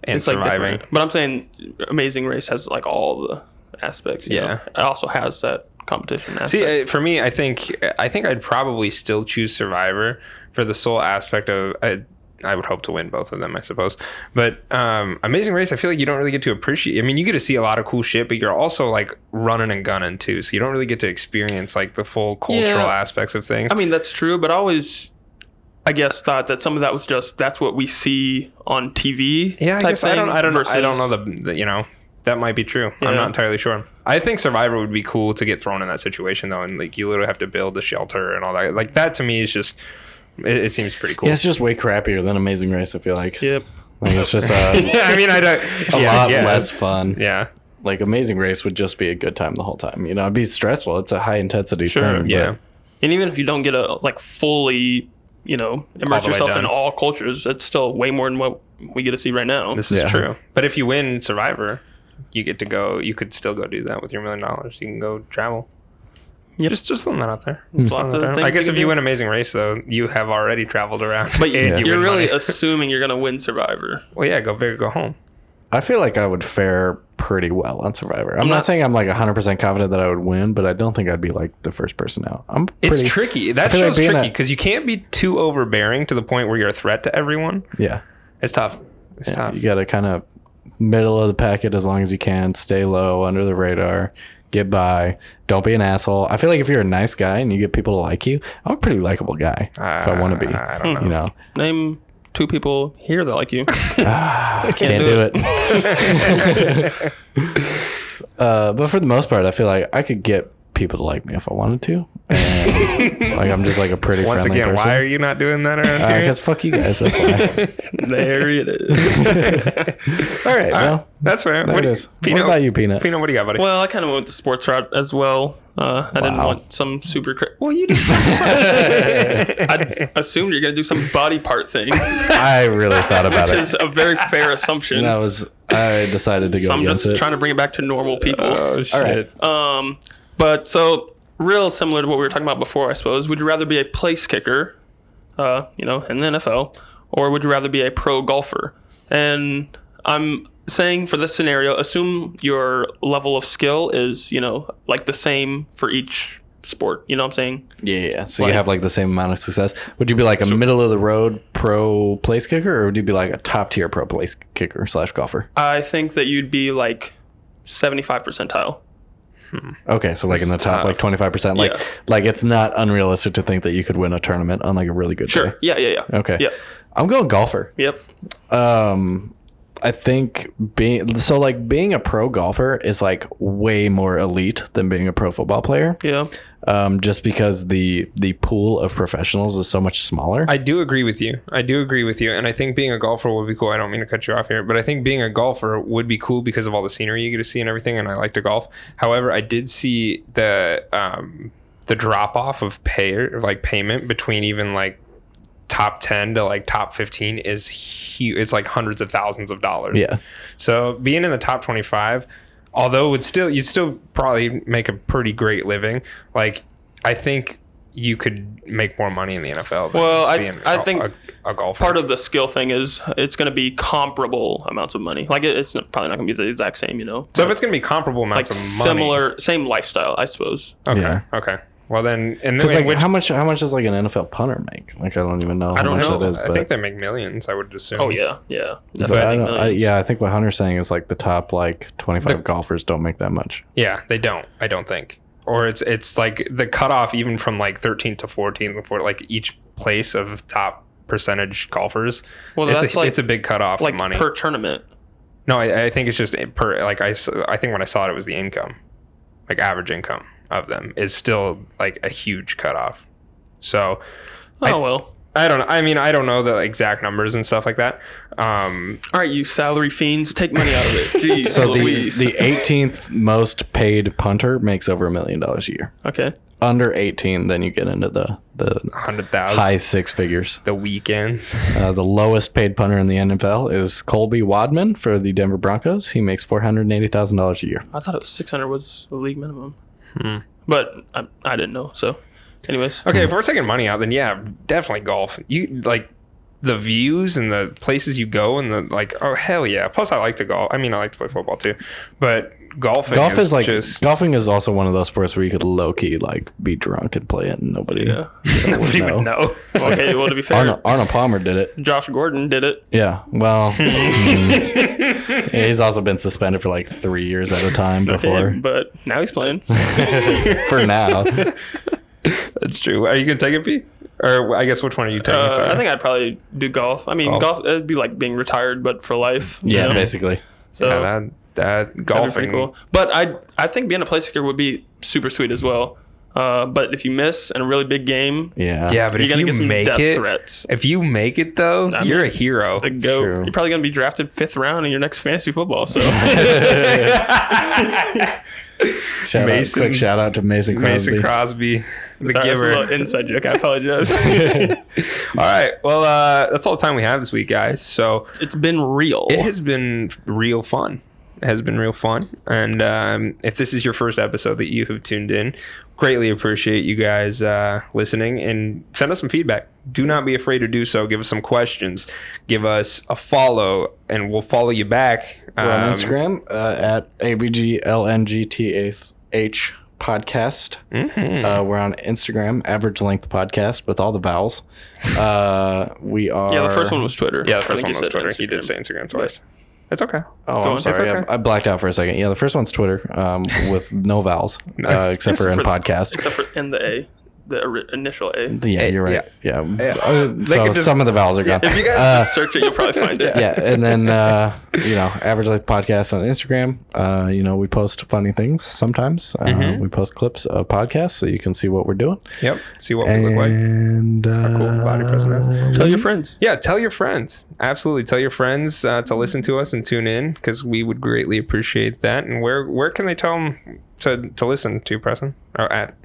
S1: and
S4: it's like
S1: surviving.
S4: different. But I'm saying Amazing Race has like all the aspects. yeah,
S1: Yeah.
S4: it also has that competition aspect.
S1: See, uh, for me, I think I think I'd probably still choose Survivor for the sole aspect of I, I would hope to win both of them, I suppose. But um, Amazing Race, I feel like you don't really get to appreciate. I mean, you get to see a lot of cool shit, but you're also like running and gunning too, so you don't really get to experience like the full cultural
S4: Yeah.
S1: aspects of things.
S4: I mean, that's true, but I always, I guess, thought that some of that was just that's what we see on TV.
S1: yeah, I
S4: type
S1: guess I don't,
S4: thing
S1: I don't, I
S4: versus-
S1: don't know the, the you know. That might be true. I'm
S4: Yeah.
S1: not entirely sure. I think Survivor would be cool to get thrown in that situation though, and like you literally have to build a shelter and all that. Like that to me is just, it, it seems pretty cool.
S2: Yeah, it's just way crappier than Amazing Race. I feel like.
S4: Yep.
S2: Like it's just uh,
S1: yeah, I mean, I don't.
S2: a
S1: yeah,
S2: lot
S1: yeah,
S2: less fun.
S1: Yeah,
S2: Like Amazing Race would just be a good time the whole time. You know, it'd be stressful. It's a high intensity
S4: Sure,
S2: thing. but-
S1: yeah.
S4: And even if you don't get a like fully, you know, immerse
S1: the way
S4: yourself in
S1: done.
S4: all cultures, it's still way more than what we get to see right now.
S1: This is
S2: Yeah.
S1: true. But if you win Survivor, you get to go. You could still go do that with your million dollars. You can go travel.
S4: Yep.
S1: Just, just throwing that out there.
S2: Hmm.
S4: Lots of
S1: I,
S4: things
S1: guess
S4: can
S1: if you
S4: do.
S1: win Amazing Race, though, you have already traveled around.
S4: But you,
S1: and you
S4: you're
S1: win
S4: really
S1: money.
S4: assuming you're gonna win Survivor.
S1: well, yeah. Go big or go home.
S2: I feel like I would fare pretty well on Survivor. I'm, not,
S4: not-
S2: saying I'm like 100% confident that I would win, but I don't think I'd be like the first person out. I'm pretty,
S1: It's tricky. That
S2: feel like
S1: show's
S2: being
S1: tricky
S2: a-
S1: because you can't be too overbearing to the point where you're a threat to everyone.
S2: Yeah.
S1: It's tough. It's tough.
S2: You got to kind of middle of the packet as long as you can, stay low, under the radar, get by, don't be an asshole. I feel like if you're a nice guy and you get people to like you, I'm a pretty likable guy if I want to be.
S1: Uh, I don't know.
S2: You know,
S4: Name two people here that like you.
S2: can't,
S4: do
S2: do it. Uh, but for the most part, I feel like I could get people to like me if I wanted to. And, like I'm just like a pretty
S1: Once
S2: friendly
S1: again,
S2: person.
S1: why are you not doing that around here?
S2: Because fuck you guys. That's why.
S4: there it is.
S2: All right.
S1: All right,
S2: Well,
S1: that's fair.
S2: there
S1: What do
S2: it
S1: you-
S2: is.
S1: Pino,
S2: What about you, Peanut?
S1: Pino, what do you got, buddy?
S4: well, I kind of went with the sports route as well. Uh, I didn't
S2: Wow.
S4: want some super. Cra- well, you did. I assumed you're gonna do some body part thing, which
S2: I really thought about it.
S4: is a very fair assumption.
S2: And I was. I decided to go
S4: so I'm
S2: against
S4: just
S2: it.
S4: trying to bring it back to normal people.
S2: All right.
S4: Um, but so real similar to what we were talking about before, I suppose. Would you rather be a place kicker, uh, you know, in the NFL, or would you rather be a pro golfer? And I'm saying for this scenario, assume your level of skill is, you know, like the same for each sport. You know what I'm saying?
S2: Yeah, yeah. So you have like the same amount of success. Would you be like a middle of the road pro place kicker, or would you be like a top tier pro place kicker slash golfer?
S4: I think that you'd be like 75 percentile.
S2: Okay, so like in the top
S1: tough.
S2: like twenty five percent. Like
S4: Yeah.
S2: like it's not unrealistic to think that you could win a tournament on like a really good
S4: Sure.
S2: day.
S4: Yeah, yeah, yeah.
S2: Okay.
S4: Yep.
S2: I'm going golfer.
S4: Yep.
S2: Um I think being so like being a pro golfer is like way more elite than being a pro football player.
S4: Yeah.
S2: Um just because the the pool of professionals is so much smaller.
S1: I do agree with you. I do agree with you. And I think being a golfer would be cool. I don't mean to cut you off here, but I think being a golfer would be cool because of all the scenery you get to see and everything. And I like to golf. However, I did see the um, the drop off of pay or like payment between even like top 10 to like top 15 is huge. It's like hundreds of thousands of dollars.
S2: yeah.
S1: So being in the top 25, although it would still you'd still probably make a pretty great living. Like I think you could make more money in the NFL. Than
S4: Well, I-
S1: being a
S4: I
S1: gol-
S4: think
S1: a, a golfer.
S4: part of the skill thing is it's going to be comparable amounts of money. Like it, it's not, probably not going to be the exact same, you know.
S1: so if it's going to be comparable
S4: like
S1: amounts of money,
S4: similar, same lifestyle, I suppose.
S1: Okay,
S2: Yeah.
S1: okay. Well then, and then
S2: Because like,
S1: which,
S2: how much? How much does like an NFL punter make? Like, I don't even know.
S1: I
S2: how
S1: don't
S2: much
S1: know.
S2: That is,
S1: I
S2: but-
S1: think they make millions. I would assume.
S4: Oh yeah, yeah,
S2: but
S4: definitely
S2: I don't- I-
S4: millions.
S2: yeah, I think what Hunter's saying is like the top like twenty five
S1: The-
S2: golfers don't make that much.
S1: Yeah, they don't. I don't think. Or it's it's like the cutoff even from like 13 to 14 before like each place of top percentage golfers.
S4: Well,
S1: it's
S4: that's
S1: a,
S4: like
S1: it's a big cutoff. of
S4: like
S1: money
S4: per tournament.
S1: No, I, I think it's just per like I, s- I think when I saw it, it was the income, like average income of them is still like a huge cutoff. So
S4: Oh
S1: I-
S4: well.
S1: I don't know. I mean, I don't know the exact numbers and stuff like that. Um,
S4: All right, you salary fiends, take money out of it. Jeez,
S2: So the
S4: Louise.
S2: the eighteenth most paid punter makes over a million dollars a year.
S4: okay.
S2: Under eighteen, then you get into the the
S1: hundred thousand
S2: high six figures.
S1: the weekends.
S2: Uh, the lowest paid punter in the NFL is Colby Wadman for the Denver Broncos. He makes four hundred eighty thousand dollars a year.
S4: I thought it was six hundred was the league minimum, but I, I didn't know. So, anyways,
S1: Hmm. Okay, if we're taking money out, then yeah, definitely golf. You like the views and the places you go and the like. Oh hell yeah! Plus, I like to golf. I mean, I like to play football too, but golfing
S2: Golf is, like
S1: just
S2: golfing is also one of those sports where you could low key like be drunk and play it and nobody
S4: yeah.
S1: nobody would know.
S4: Okay. Well, to be fair,
S2: Arnold, Arnold Palmer did it.
S4: Josh Gordon did it.
S2: Yeah. Well, mm. Yeah, he's also been suspended for like three years at a time before.
S4: But now he's playing.
S2: for now,
S1: That's true. Are you gonna take it, P? Or I guess which one are you taking?
S4: Uh,
S1: Sorry.
S4: I think I'd probably do golf. I mean,
S1: Golf.
S4: golf. it'd be like being retired, but for life. you
S2: yeah,
S4: know?
S2: basically.
S4: So
S1: yeah, that that
S4: that'd be
S1: golfing.
S4: pretty cool. But I, I think being a place kicker would be super sweet as well. Uh, but if you miss in a really big game,
S2: Yeah.
S1: Yeah, but
S4: you're gonna
S1: if
S4: get
S1: you
S4: some
S1: make
S4: death
S1: it,
S4: threats.
S1: if you make it though,
S4: I
S1: you're
S4: mean,
S1: a hero.
S4: The goat.
S2: true.
S4: You're probably gonna be drafted fifth round in your next fantasy football. So
S2: Shout
S1: Mason-
S2: out, quick shout out to Mason Crosby.
S1: Mason Crosby, the
S4: Sorry, that's a
S1: giver.
S4: little inside joke. I apologize.
S1: All right, well, uh, that's all the time we have this week, guys. So
S4: it's been real.
S1: it has been real fun. It has been real fun. And um, if this is your first episode that you have tuned in, greatly appreciate you guys uh, listening and send us some feedback. Do not be afraid to do so. Give us some questions. Give us a follow, and we'll follow you back.
S2: We're on
S1: Um,
S2: Instagram uh, at ABGLNGTH podcast.
S4: Mm.
S2: Uh, we're on Instagram, average length podcast with all the vowels. Uh, we are.
S4: yeah, the first one was Twitter.
S1: Yeah, the first
S4: I think
S1: one
S4: you
S1: was
S4: said
S1: Twitter. He did
S4: Instagram.
S1: say Instagram twice. It's okay.
S2: Oh,
S4: Go
S2: I'm
S4: on.
S2: sorry.
S1: It's okay.
S2: I, I blacked out for a second. Yeah, the first one's Twitter um, with no vowels, uh, except for in
S4: for the-
S2: podcast.
S4: Except for in the A. the ori- initial A.
S2: Yeah,
S1: Eh,
S2: you're right. Yeah. Uh,
S1: They
S2: so
S1: could just-
S2: some of the vowels are gone.
S4: If you guys
S2: Uh,
S4: just search it, you'll probably find it.
S2: yeah, and then uh, you know, average life podcast on Instagram. Uh, you know, we post funny things sometimes. Uh,
S1: Mhm.
S2: We post clips of podcasts so you can see what we're doing.
S1: Yep. See what we look like.
S2: And uh,
S1: cool body person
S4: Tell your friends.
S1: Yeah, tell your friends. Absolutely, tell your friends uh,
S4: Mm-hmm.
S1: to listen to us and tune in because we would greatly appreciate that. And where where can they tell them to to listen to Preston? Or at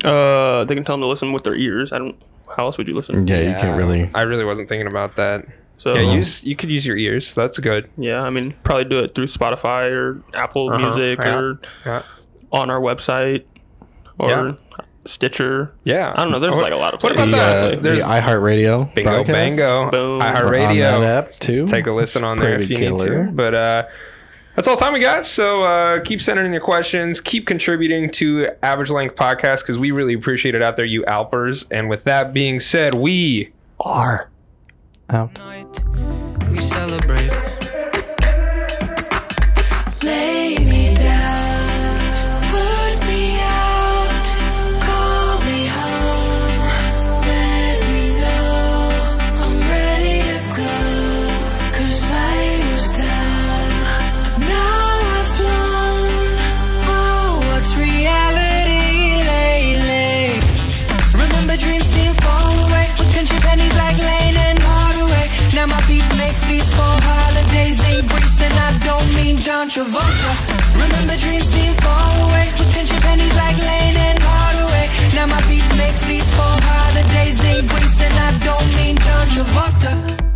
S4: Uh, they can tell them to listen with their ears. I don't. How else would you listen?
S2: yeah, you can't really.
S1: I
S2: Uh-huh.
S1: really wasn't thinking about that.
S4: So
S1: Yeah,
S4: yeah,
S1: use you could use your ears. That's good.
S4: I mean, probably do it through Spotify or Apple
S1: Uh-huh,
S4: Music
S1: yeah.
S4: or
S1: Yeah,
S4: on our website or
S1: Yeah.
S4: Stitcher.
S1: yeah.
S4: I don't know. There's like a lot of
S1: Oh, What
S4: places.
S1: about
S2: The,
S1: that?
S2: uh, the
S1: There's-
S2: iHeartRadio.
S1: bingo
S2: podcast.
S1: bango.
S4: Boom.
S2: On
S1: iHeartRadio.
S2: that app too.
S1: Take a listen on there if
S2: Pretty
S1: you
S2: killer.
S1: need to. But uh, that's all the time we got. So uh, keep sending in your questions. Keep contributing to Average Length Podcast because we really appreciate it out there, you Alpers. And with that being said, we.
S2: R. Out.
S5: night we celebrate. Lay me down, put me out, call me home. Let me know I'm ready to go. Cause I was down, now I've blown. Oh, what's reality lately? Remember dreams seem far away. Was pinching pennies like Lane and Hardaway. Now my beats make feasts for holidays. Ain't breeze and I don't mean John Travolta. Remember dreams seem far away. Was pinching pennies like Lane and Hardaway. Now my beats make feasts for holidays. Ain't breeze and I don't mean John Travolta.